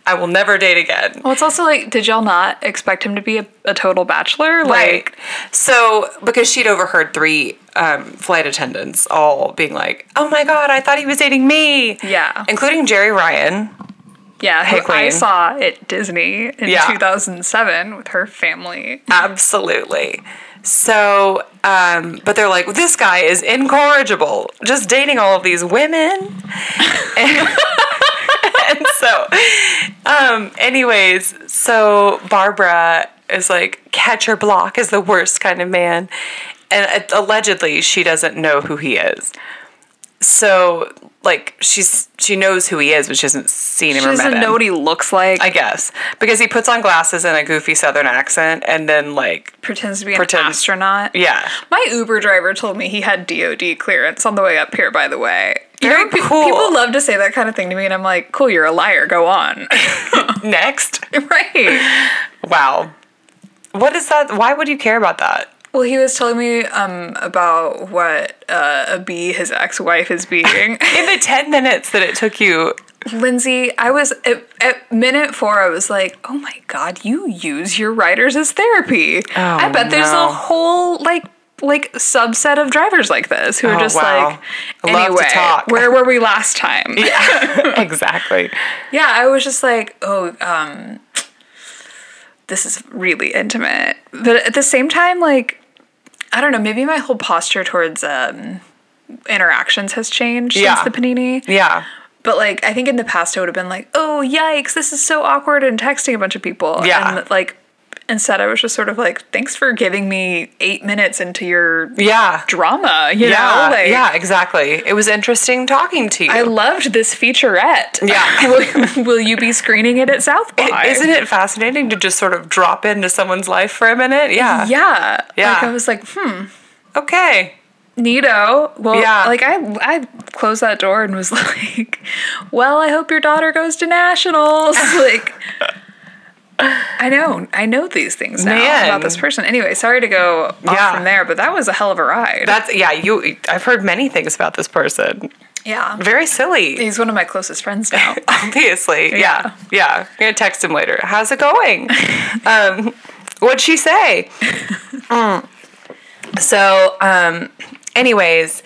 Speaker 1: I will never date again.
Speaker 2: well, it's also like, did y'all not expect him to be a, a total bachelor? Like,
Speaker 1: So, because she'd overheard three um, flight attendants all being like, oh my God, I thought he was dating me.
Speaker 2: Yeah.
Speaker 1: Including Jerry Ryan.
Speaker 2: yeah, who I
Speaker 1: queen.
Speaker 2: saw at Disney in
Speaker 1: Yeah.
Speaker 2: 2007 with her family.
Speaker 1: Absolutely. So, um, but they're like, this guy is incorrigible, just dating all of these women. And, and so, um, anyways, so Barbara is like, catcher block is the worst kind of man. And uh, allegedly, she doesn't know who he is. So, like, she's she knows who he is, but she hasn't seen him
Speaker 2: She
Speaker 1: or met
Speaker 2: doesn't
Speaker 1: him.
Speaker 2: know what he looks like.
Speaker 1: I guess because he puts on glasses and a goofy Southern accent, and then like
Speaker 2: pretends to be an
Speaker 1: Pretends-
Speaker 2: astronaut.
Speaker 1: yeah,
Speaker 2: My Uber driver told me he had DOD clearance on the way up here, by the way. You
Speaker 1: Very
Speaker 2: know, pe-
Speaker 1: cool.
Speaker 2: People love to say that kind of thing to me, and I'm like, cool, you're a liar. Go on.
Speaker 1: next.
Speaker 2: right.
Speaker 1: Wow, what is that? Why would you care about that?
Speaker 2: Well, he was telling me um, about what uh, a bee his ex wife is being.
Speaker 1: In the ten minutes that it took you,
Speaker 2: Lindsay, I was at, at minute four, I was like, oh my God, you use your riders as therapy. I bet there's
Speaker 1: Oh, no.
Speaker 2: a whole like like subset of drivers like this who are
Speaker 1: Oh,
Speaker 2: just
Speaker 1: wow.
Speaker 2: like
Speaker 1: I love to
Speaker 2: anyway,
Speaker 1: talk."
Speaker 2: where were we last time? Yeah.
Speaker 1: exactly.
Speaker 2: I was just like, oh, um, this is really intimate. But at the same time, like, I don't know, maybe my whole posture towards um interactions has changed
Speaker 1: Yeah.
Speaker 2: since the panini.
Speaker 1: Yeah,
Speaker 2: But like, I think in the past, I would have been like, "Oh, yikes! This is so awkward," and texting a bunch of people.
Speaker 1: Yeah.
Speaker 2: And like, instead, I was just sort of like, "Thanks for giving me eight minutes into your
Speaker 1: yeah,
Speaker 2: drama." You
Speaker 1: yeah,
Speaker 2: know, like,
Speaker 1: yeah. Exactly. It was interesting talking to you.
Speaker 2: I loved this featurette.
Speaker 1: Yeah.
Speaker 2: will, will you be screening it at South by?
Speaker 1: Isn't it fascinating to just sort of drop into someone's life for a minute? Yeah.
Speaker 2: Yeah.
Speaker 1: Yeah.
Speaker 2: Like I was like, hmm,
Speaker 1: Okay.
Speaker 2: Nito. Well,
Speaker 1: Yeah.
Speaker 2: like I, I closed that door and was like, "Well, I hope your daughter goes to nationals." like, I know, I know these things now
Speaker 1: Man.
Speaker 2: about this person. Anyway, sorry to go off
Speaker 1: Yeah.
Speaker 2: from there, but that was a hell of a ride.
Speaker 1: That's yeah. You. I've heard many things about this person.
Speaker 2: yeah,
Speaker 1: Very silly.
Speaker 2: he's one of my closest friends now.
Speaker 1: obviously yeah. yeah i'm gonna text him later how's it going um, what'd she say Mm. so um, anyways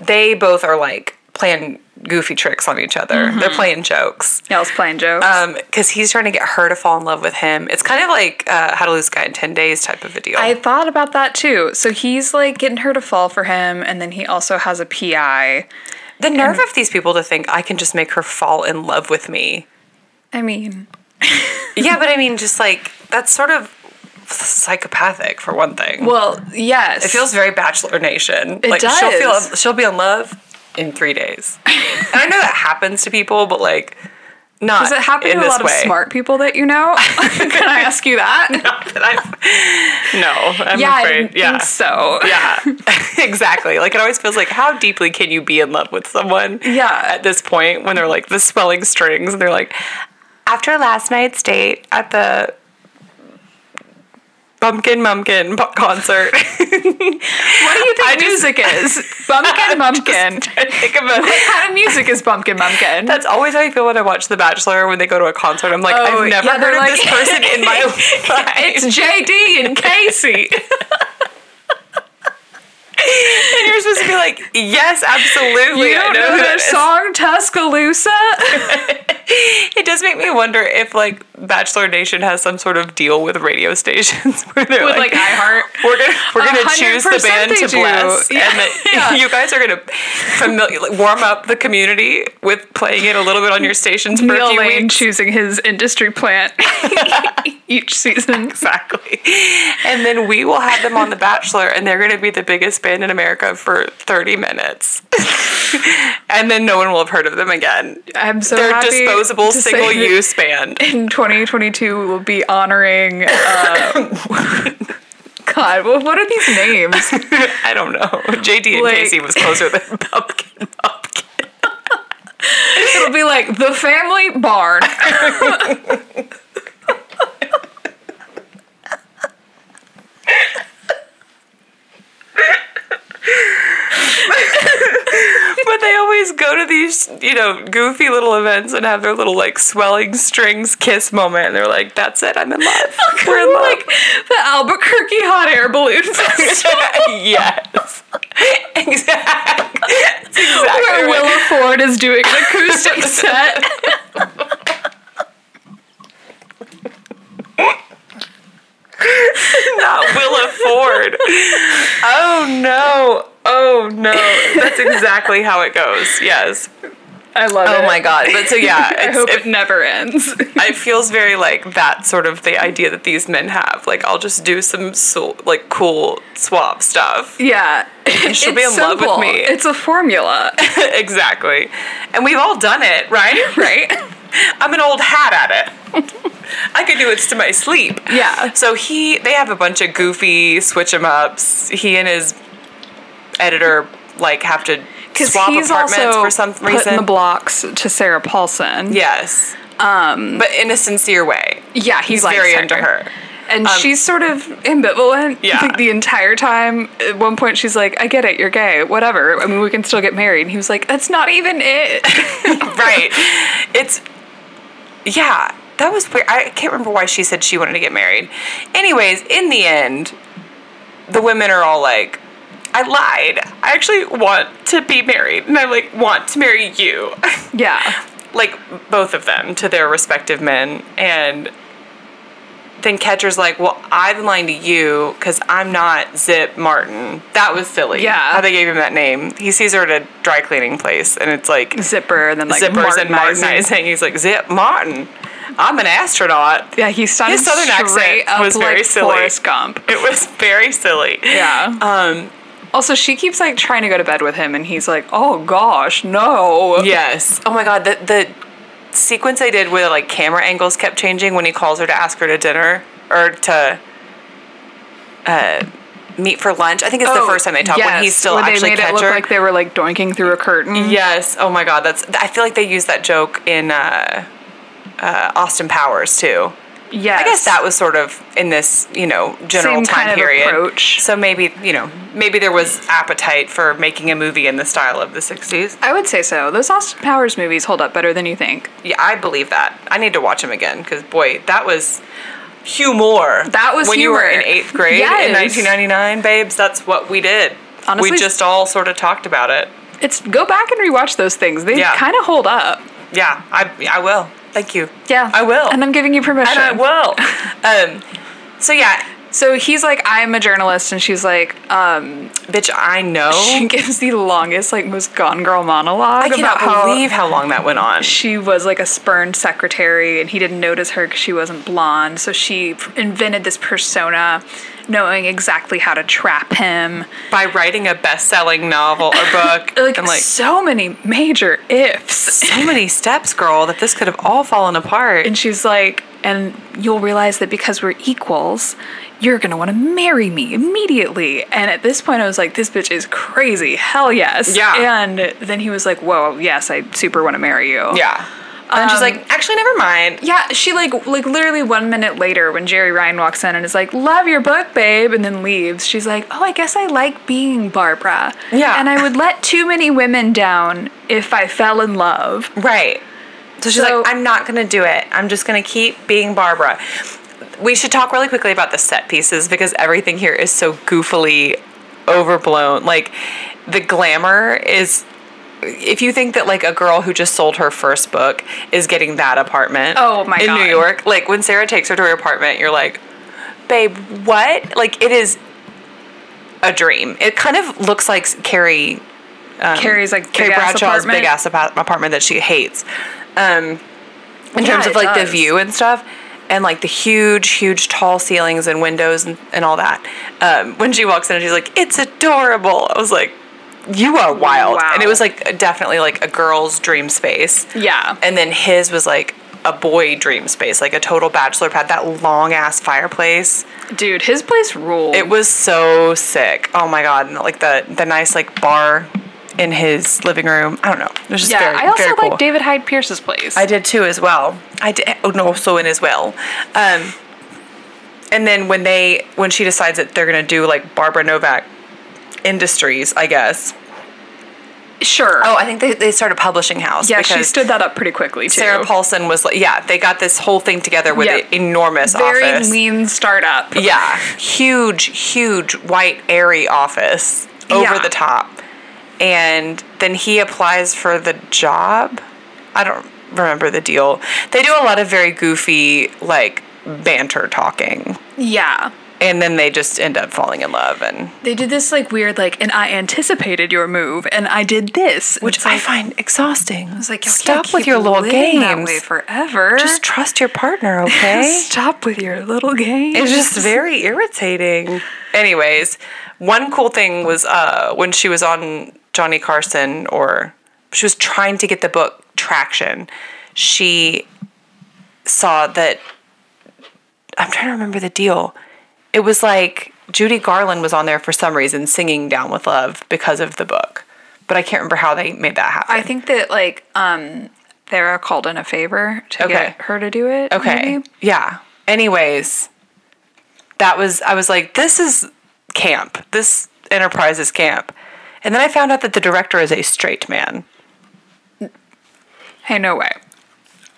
Speaker 1: they both are like playing goofy tricks on each other they're playing jokes
Speaker 2: Y'all's playing jokes.
Speaker 1: Uh, because he's trying to get her to fall in love with him it's kind of like uh, how to lose a guy in 10 days type of a deal
Speaker 2: I thought about that too. So he's like getting her to fall for him, and then he also has a PI.
Speaker 1: the nerve of these people to think i can just make her fall in love with me
Speaker 2: I mean,
Speaker 1: yeah but i mean just like that's sort of psychopathic for one thing
Speaker 2: well, yes,
Speaker 1: It feels very Bachelor Nation. It like she'll
Speaker 2: does.
Speaker 1: feel she'll be in love in three days. and I know that happens to people, but like Not
Speaker 2: Does it happen
Speaker 1: in
Speaker 2: to a
Speaker 1: this
Speaker 2: lot
Speaker 1: way.
Speaker 2: of smart people that you know? Can I ask you that?
Speaker 1: That I've- no, I'm
Speaker 2: yeah, I
Speaker 1: afraid.
Speaker 2: didn't
Speaker 1: yeah.
Speaker 2: think so.
Speaker 1: Yeah, exactly. Like it always feels like how deeply can you be in love with someone?
Speaker 2: Yeah.
Speaker 1: At this point, when they're like the swelling strings, and they're like, after last night's date at the Bumpkin Mumpkin bu- concert,
Speaker 2: What do you think
Speaker 1: I just-
Speaker 2: music is? Bumpkin Bumpkin.
Speaker 1: I think of a-
Speaker 2: What kind of music is Bumpkin Bumpkin?
Speaker 1: That's always how I feel when I watch The Bachelor when they go to a concert. I'm like,
Speaker 2: Oh,
Speaker 1: I've never
Speaker 2: yeah, they're
Speaker 1: heard of
Speaker 2: like-
Speaker 1: this person in my life.
Speaker 2: it's JD and Casey.
Speaker 1: and you're supposed to be like, yes, absolutely.
Speaker 2: You don't
Speaker 1: I know,
Speaker 2: know
Speaker 1: who that
Speaker 2: their
Speaker 1: is."
Speaker 2: song Tuscaloosa?
Speaker 1: It does make me wonder if like Bachelor Nation has some sort of deal with radio stations where they're
Speaker 2: With like
Speaker 1: like,
Speaker 2: iHeart.
Speaker 1: we're gonna we're gonna choose the
Speaker 2: 100%
Speaker 1: band to
Speaker 2: they do.
Speaker 1: bless,
Speaker 2: Yeah.
Speaker 1: and that
Speaker 2: Yeah.
Speaker 1: you guys are gonna familiar, like, warm up the community with playing it a little bit on your stations for a
Speaker 2: Neil
Speaker 1: few
Speaker 2: Lane
Speaker 1: weeks.
Speaker 2: choosing his industry plant each season.
Speaker 1: Exactly, and then we will have them on The Bachelor, and they're gonna be the biggest band in America for thirty minutes, and then no one will have heard of them again.
Speaker 2: I'm so
Speaker 1: They're
Speaker 2: happy
Speaker 1: disposable
Speaker 2: to say
Speaker 1: single
Speaker 2: that
Speaker 1: use band.
Speaker 2: In 2022, we will be honoring. Uh, God, what what are these names?
Speaker 1: I don't know. JD and
Speaker 2: Like-
Speaker 1: Casey was closer than Pumpkin Pumpkin.
Speaker 2: It'll be like the family barn.
Speaker 1: But they always go to these, you know, goofy little events and have their little like swelling strings kiss moment, and they're like, "That's it, I'm in love. We're in love."
Speaker 2: like the Albuquerque hot air balloon festival
Speaker 1: yes, exactly. That's exactly
Speaker 2: where
Speaker 1: right.
Speaker 2: Willa Ford is doing an acoustic set.
Speaker 1: not Willa Ford. Oh no! Oh no! That's exactly how it goes. Yes.
Speaker 2: I love it.
Speaker 1: Oh my god! But so yeah,
Speaker 2: I
Speaker 1: it's,
Speaker 2: hope
Speaker 1: it
Speaker 2: it never ends.
Speaker 1: it feels very like that sort of the idea that these men have. Like I'll just do some so, like cool swap stuff.
Speaker 2: Yeah.
Speaker 1: she'll
Speaker 2: it's
Speaker 1: be in love with
Speaker 2: simple.
Speaker 1: me.
Speaker 2: It's a formula,
Speaker 1: exactly, and we've all done it, right?
Speaker 2: right?
Speaker 1: I'm an old hat at it. I could do it to my sleep.
Speaker 2: Yeah.
Speaker 1: So he, they have a bunch of goofy switch 'em ups. He and his editor like have to
Speaker 2: Because
Speaker 1: swap
Speaker 2: he's
Speaker 1: apartments
Speaker 2: also
Speaker 1: for some
Speaker 2: putting
Speaker 1: reason.
Speaker 2: the blocks to Sarah Paulson.
Speaker 1: yes. Um, but in a sincere way.
Speaker 2: Yeah, he
Speaker 1: He's
Speaker 2: likes
Speaker 1: very into her. Um,
Speaker 2: And she's sort of ambivalent
Speaker 1: Yeah.
Speaker 2: like, the entire time. At one point, she's like, I get it, you're gay, whatever. I mean, we can still get married. And he was like, That's not even it.
Speaker 1: right. It's yeah, that was weird. I can't remember why she said she wanted to get married. Anyways, in the end, the women are all like, "I lied. I actually want to be married, and I like want to marry you."
Speaker 2: yeah.
Speaker 1: like both of them to their respective men and then Catcher's like, well, I'm lying to you because I'm not Zip Martin. That was silly.
Speaker 2: Yeah.
Speaker 1: How they gave him that name. He sees her at a dry cleaning place and it's like
Speaker 2: Zipper and then like
Speaker 1: zippers and
Speaker 2: Martinizing.
Speaker 1: martinizing. He's like, Zip Martin, I'm an astronaut.
Speaker 2: Yeah, he sounded
Speaker 1: His southern accent
Speaker 2: straight up
Speaker 1: was very
Speaker 2: like
Speaker 1: silly.
Speaker 2: Forrest Gump.
Speaker 1: It was very silly.
Speaker 2: Yeah.
Speaker 1: Um,
Speaker 2: Also, she keeps like trying to go to bed with him, and he's like, "Oh gosh, no."
Speaker 1: yes. Oh my God. The, the sequence they did where like camera angles kept changing when he calls her to ask her to dinner or to uh, meet for lunch. I think it's the
Speaker 2: Oh,
Speaker 1: first time they talk when he's
Speaker 2: yes,
Speaker 1: still
Speaker 2: when
Speaker 1: actually
Speaker 2: they made it
Speaker 1: Catcher.
Speaker 2: look like they were like doinking through a curtain.
Speaker 1: Yes. Oh my God. That's. I feel like they used that joke in uh, uh, Austin Powers too.
Speaker 2: Yes.
Speaker 1: I guess that was sort of in this, you know, general
Speaker 2: Same
Speaker 1: time
Speaker 2: kind of
Speaker 1: period.
Speaker 2: approach.
Speaker 1: So maybe, you know, maybe there was appetite for making a movie in the style of the 60s.
Speaker 2: I would say so. Those Austin Powers movies hold up better than you think.
Speaker 1: Yeah, I believe that. I need to watch them again because, boy, that was humor.
Speaker 2: That was
Speaker 1: when you were
Speaker 2: humor.
Speaker 1: in eighth grade in
Speaker 2: Yes.
Speaker 1: 1999, babes. That's what we did. we
Speaker 2: Honestly-
Speaker 1: just all sort of talked about it.
Speaker 2: It's go back and rewatch those things. They
Speaker 1: Yeah.
Speaker 2: kind of hold up.
Speaker 1: Yeah, I I will. Thank you.
Speaker 2: Yeah,
Speaker 1: I will.
Speaker 2: And I'm giving you permission.
Speaker 1: And I will. um, so yeah,
Speaker 2: So he's like, I'm a journalist, and she's like,
Speaker 1: Oh.
Speaker 2: um,
Speaker 1: Bitch, I know.
Speaker 2: she gives the longest, like, most gone girl monologue
Speaker 1: I cannot
Speaker 2: about how
Speaker 1: believe how long that went on.
Speaker 2: she was like a spurned secretary, and he didn't notice her because she wasn't blonde. So she invented this persona, knowing exactly how to trap him.
Speaker 1: By writing a best-selling novel or book,
Speaker 2: Like,
Speaker 1: I'm like
Speaker 2: so many major ifs.
Speaker 1: so many steps, girl, that this could have all fallen apart.
Speaker 2: And she's like, and you'll realize that because we're equals, you're gonna wanna marry me immediately. And at this point, I was like, this bitch is crazy. Hell yes.
Speaker 1: Yeah.
Speaker 2: And then he was like, whoa, yes, I super wanna marry you.
Speaker 1: yeah, and
Speaker 2: Um,
Speaker 1: she's like, actually, never mind.
Speaker 2: Yeah, she like like literally one minute later when Jerry Ryan walks in and is like, "Love your book, babe," and then leaves. She's like, "Oh, I guess I like being Barbara."
Speaker 1: Yeah.
Speaker 2: and I would let too many women down if I fell in love.
Speaker 1: Right. So she's
Speaker 2: So-
Speaker 1: like, I'm not going to do it. I'm just going to keep being Barbara. We should talk really quickly about the set pieces because everything here is so goofily overblown. Like, the glamour is. If you think that like a girl who just sold her first book is getting that apartment,
Speaker 2: Oh my
Speaker 1: in
Speaker 2: God.
Speaker 1: New York, like when Sarah takes her to her apartment, you're like, babe, what? Like it is a dream. It kind of looks like Carrie
Speaker 2: Carrie's like
Speaker 1: Carrie
Speaker 2: big-ass
Speaker 1: Bradshaw's
Speaker 2: apartment.
Speaker 1: big ass apa- apartment that she hates. Um, in
Speaker 2: Yeah,
Speaker 1: terms of
Speaker 2: it
Speaker 1: like the
Speaker 2: does.
Speaker 1: view and stuff, and like the huge, huge tall ceilings and windows and, and all that. Um, when she walks in, and she's like, "It's adorable." I was like, "You are wild,"
Speaker 2: Wow.
Speaker 1: and it was like definitely like a girl's dream space.
Speaker 2: Yeah,
Speaker 1: And then his was like a boy dream space, like a total bachelor pad. That long ass fireplace.
Speaker 2: dude, his place ruled.
Speaker 1: It was so sick. Oh my god! And like the the nice like bar in his living room. I don't know. It was just
Speaker 2: yeah,
Speaker 1: very,
Speaker 2: I also
Speaker 1: very
Speaker 2: like
Speaker 1: cool.
Speaker 2: David Hyde Pierce's place.
Speaker 1: I did too as well. I did. Oh no, so in as well. Um, and then when they when she decides that they're gonna do like Barbara Novak Industries, I guess.
Speaker 2: sure.
Speaker 1: Oh, I think they they started publishing house.
Speaker 2: yeah, she
Speaker 1: because
Speaker 2: stood that up pretty quickly too.
Speaker 1: Sarah Paulson was like, yeah, they got this whole thing together with
Speaker 2: Yeah.
Speaker 1: an enormous
Speaker 2: very
Speaker 1: office.
Speaker 2: lean startup.
Speaker 1: Yeah. Huge, huge white airy office over
Speaker 2: Yeah.
Speaker 1: the top. And then he applies for the job. I don't remember the deal. They do a lot of very goofy like banter talking.
Speaker 2: Yeah.
Speaker 1: And then they just end up falling in love and
Speaker 2: They did this like weird like, and I anticipated your move, and I did this, And
Speaker 1: which
Speaker 2: it's
Speaker 1: I
Speaker 2: like-
Speaker 1: find exhausting. I
Speaker 2: It's like, y'all
Speaker 1: stop
Speaker 2: can't
Speaker 1: with
Speaker 2: keep
Speaker 1: your little
Speaker 2: living That
Speaker 1: games.
Speaker 2: way forever.
Speaker 1: Just trust your partner, okay?
Speaker 2: stop with your little games.
Speaker 1: It's just very irritating. Anyways, one cool thing was uh, when she was on Johnny Carson, or she was trying to get the book traction. She saw that. I'm trying to remember the deal. It was like Judy Garland was on there for some reason singing "Down with Love" because of the book, but I can't remember how they made that happen.
Speaker 2: I think that like um, Thera called in a favor to
Speaker 1: Okay.
Speaker 2: get her to do it.
Speaker 1: Okay.
Speaker 2: maybe.
Speaker 1: Yeah. Anyways, that was I was like, this is camp. This enterprise is camp. And then I found out that the director is a straight man.
Speaker 2: Hey, no way.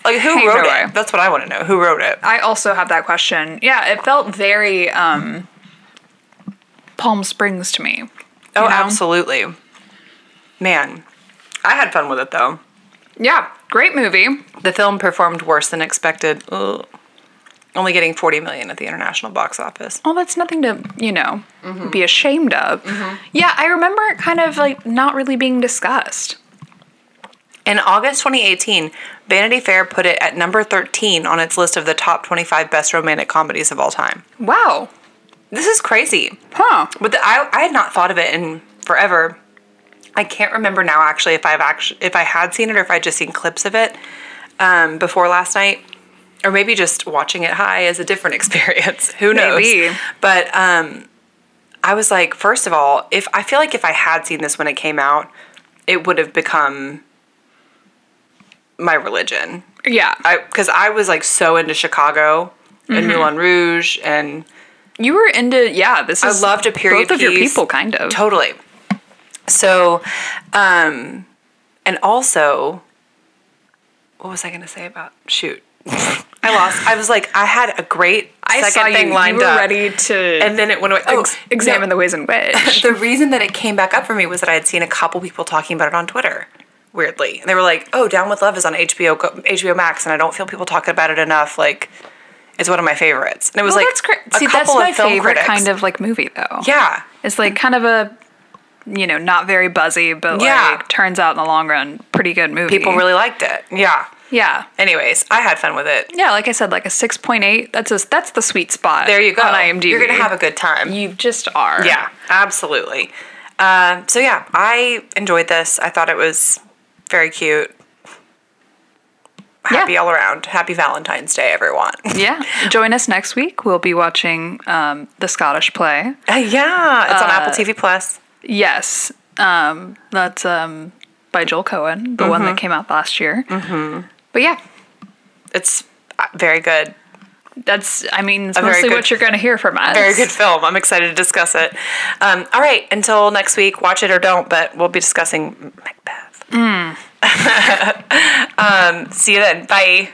Speaker 1: Like who
Speaker 2: Hey,
Speaker 1: wrote
Speaker 2: no
Speaker 1: it?
Speaker 2: way.
Speaker 1: That's what I want to know. Who wrote it?
Speaker 2: I also have that question. Yeah, it felt very um, Palm Springs to me.
Speaker 1: Oh,
Speaker 2: know?
Speaker 1: absolutely. Man, I had fun with it though.
Speaker 2: Yeah, great movie.
Speaker 1: The film performed worse than expected. Ugh. Only getting 40 million at the international box office.
Speaker 2: Well, that's nothing to you know
Speaker 1: Mm-hmm.
Speaker 2: be ashamed of. Yeah, I remember it kind of like not really being discussed.
Speaker 1: In August 2018, Vanity Fair put it at number 13 on its list of the top 25 best romantic comedies of all time.
Speaker 2: Wow.
Speaker 1: This is crazy.
Speaker 2: Huh.
Speaker 1: But the, I, I had not thought of it in forever. I can't remember now actually if I've actually if I had seen it or if I would just seen clips of it um, before last night, or maybe just watching it high is a different experience. Who knows?
Speaker 2: Maybe.
Speaker 1: But um, I was like, first of all, if I feel like if I had seen this when it came out, it would have become my religion.
Speaker 2: Yeah.
Speaker 1: I because I was like so into Chicago and Moulin Rouge and
Speaker 2: You were into yeah. This is
Speaker 1: I loved a period
Speaker 2: Both of your
Speaker 1: piece.
Speaker 2: people, kind of.
Speaker 1: Totally. So, um, and also, what was I going to say about shoot? I lost. I was like, I had a great second thing lined
Speaker 2: you were
Speaker 1: up,
Speaker 2: ready to
Speaker 1: and then it went away. Oh,
Speaker 2: ex- examine the ways in which.
Speaker 1: the reason that it came back up for me was that I had seen a couple people talking about it on Twitter. Weirdly, and they were like, "Oh, Down with Love is on HBO go- HBO Max, and I don't feel people talking about it enough. Like, is one of my favorites. And it was
Speaker 2: Well,
Speaker 1: like
Speaker 2: that's cra-
Speaker 1: a
Speaker 2: see, that's
Speaker 1: couple
Speaker 2: my
Speaker 1: of film
Speaker 2: favorite
Speaker 1: critics.
Speaker 2: kind of like movie though.
Speaker 1: yeah.
Speaker 2: it's like kind of a, you know, not very buzzy, but
Speaker 1: Yeah.
Speaker 2: like turns out in the long run, pretty good movie.
Speaker 1: People really liked it. Yeah.
Speaker 2: yeah,
Speaker 1: Anyways, I had fun with it.
Speaker 2: yeah. Like I said, like a six point eight. That's a that's the sweet spot.
Speaker 1: There you go.
Speaker 2: On IMDb,
Speaker 1: You're gonna have a good time.
Speaker 2: You just are.
Speaker 1: Yeah, absolutely. Uh, so yeah, I enjoyed this. I thought it was very cute. Happy all around. Happy Valentine's Day, everyone.
Speaker 2: Yeah. Join us next week. We'll be watching um, the Scottish play.
Speaker 1: Uh, yeah, it's on Apple TV Plus.
Speaker 2: Yes. Um, that's um, by Joel Cohen, the one that came out last year. Mm-hmm. But yeah,
Speaker 1: It's uh, very good.
Speaker 2: that's, I mean, it's
Speaker 1: very
Speaker 2: mostly
Speaker 1: good-
Speaker 2: what you're going to hear from us.
Speaker 1: Very good film. I'm excited to discuss it. Um, all right, until next week, watch it or don't, but we'll be Hmm. discussing Macbeth. um, see you then. Bye.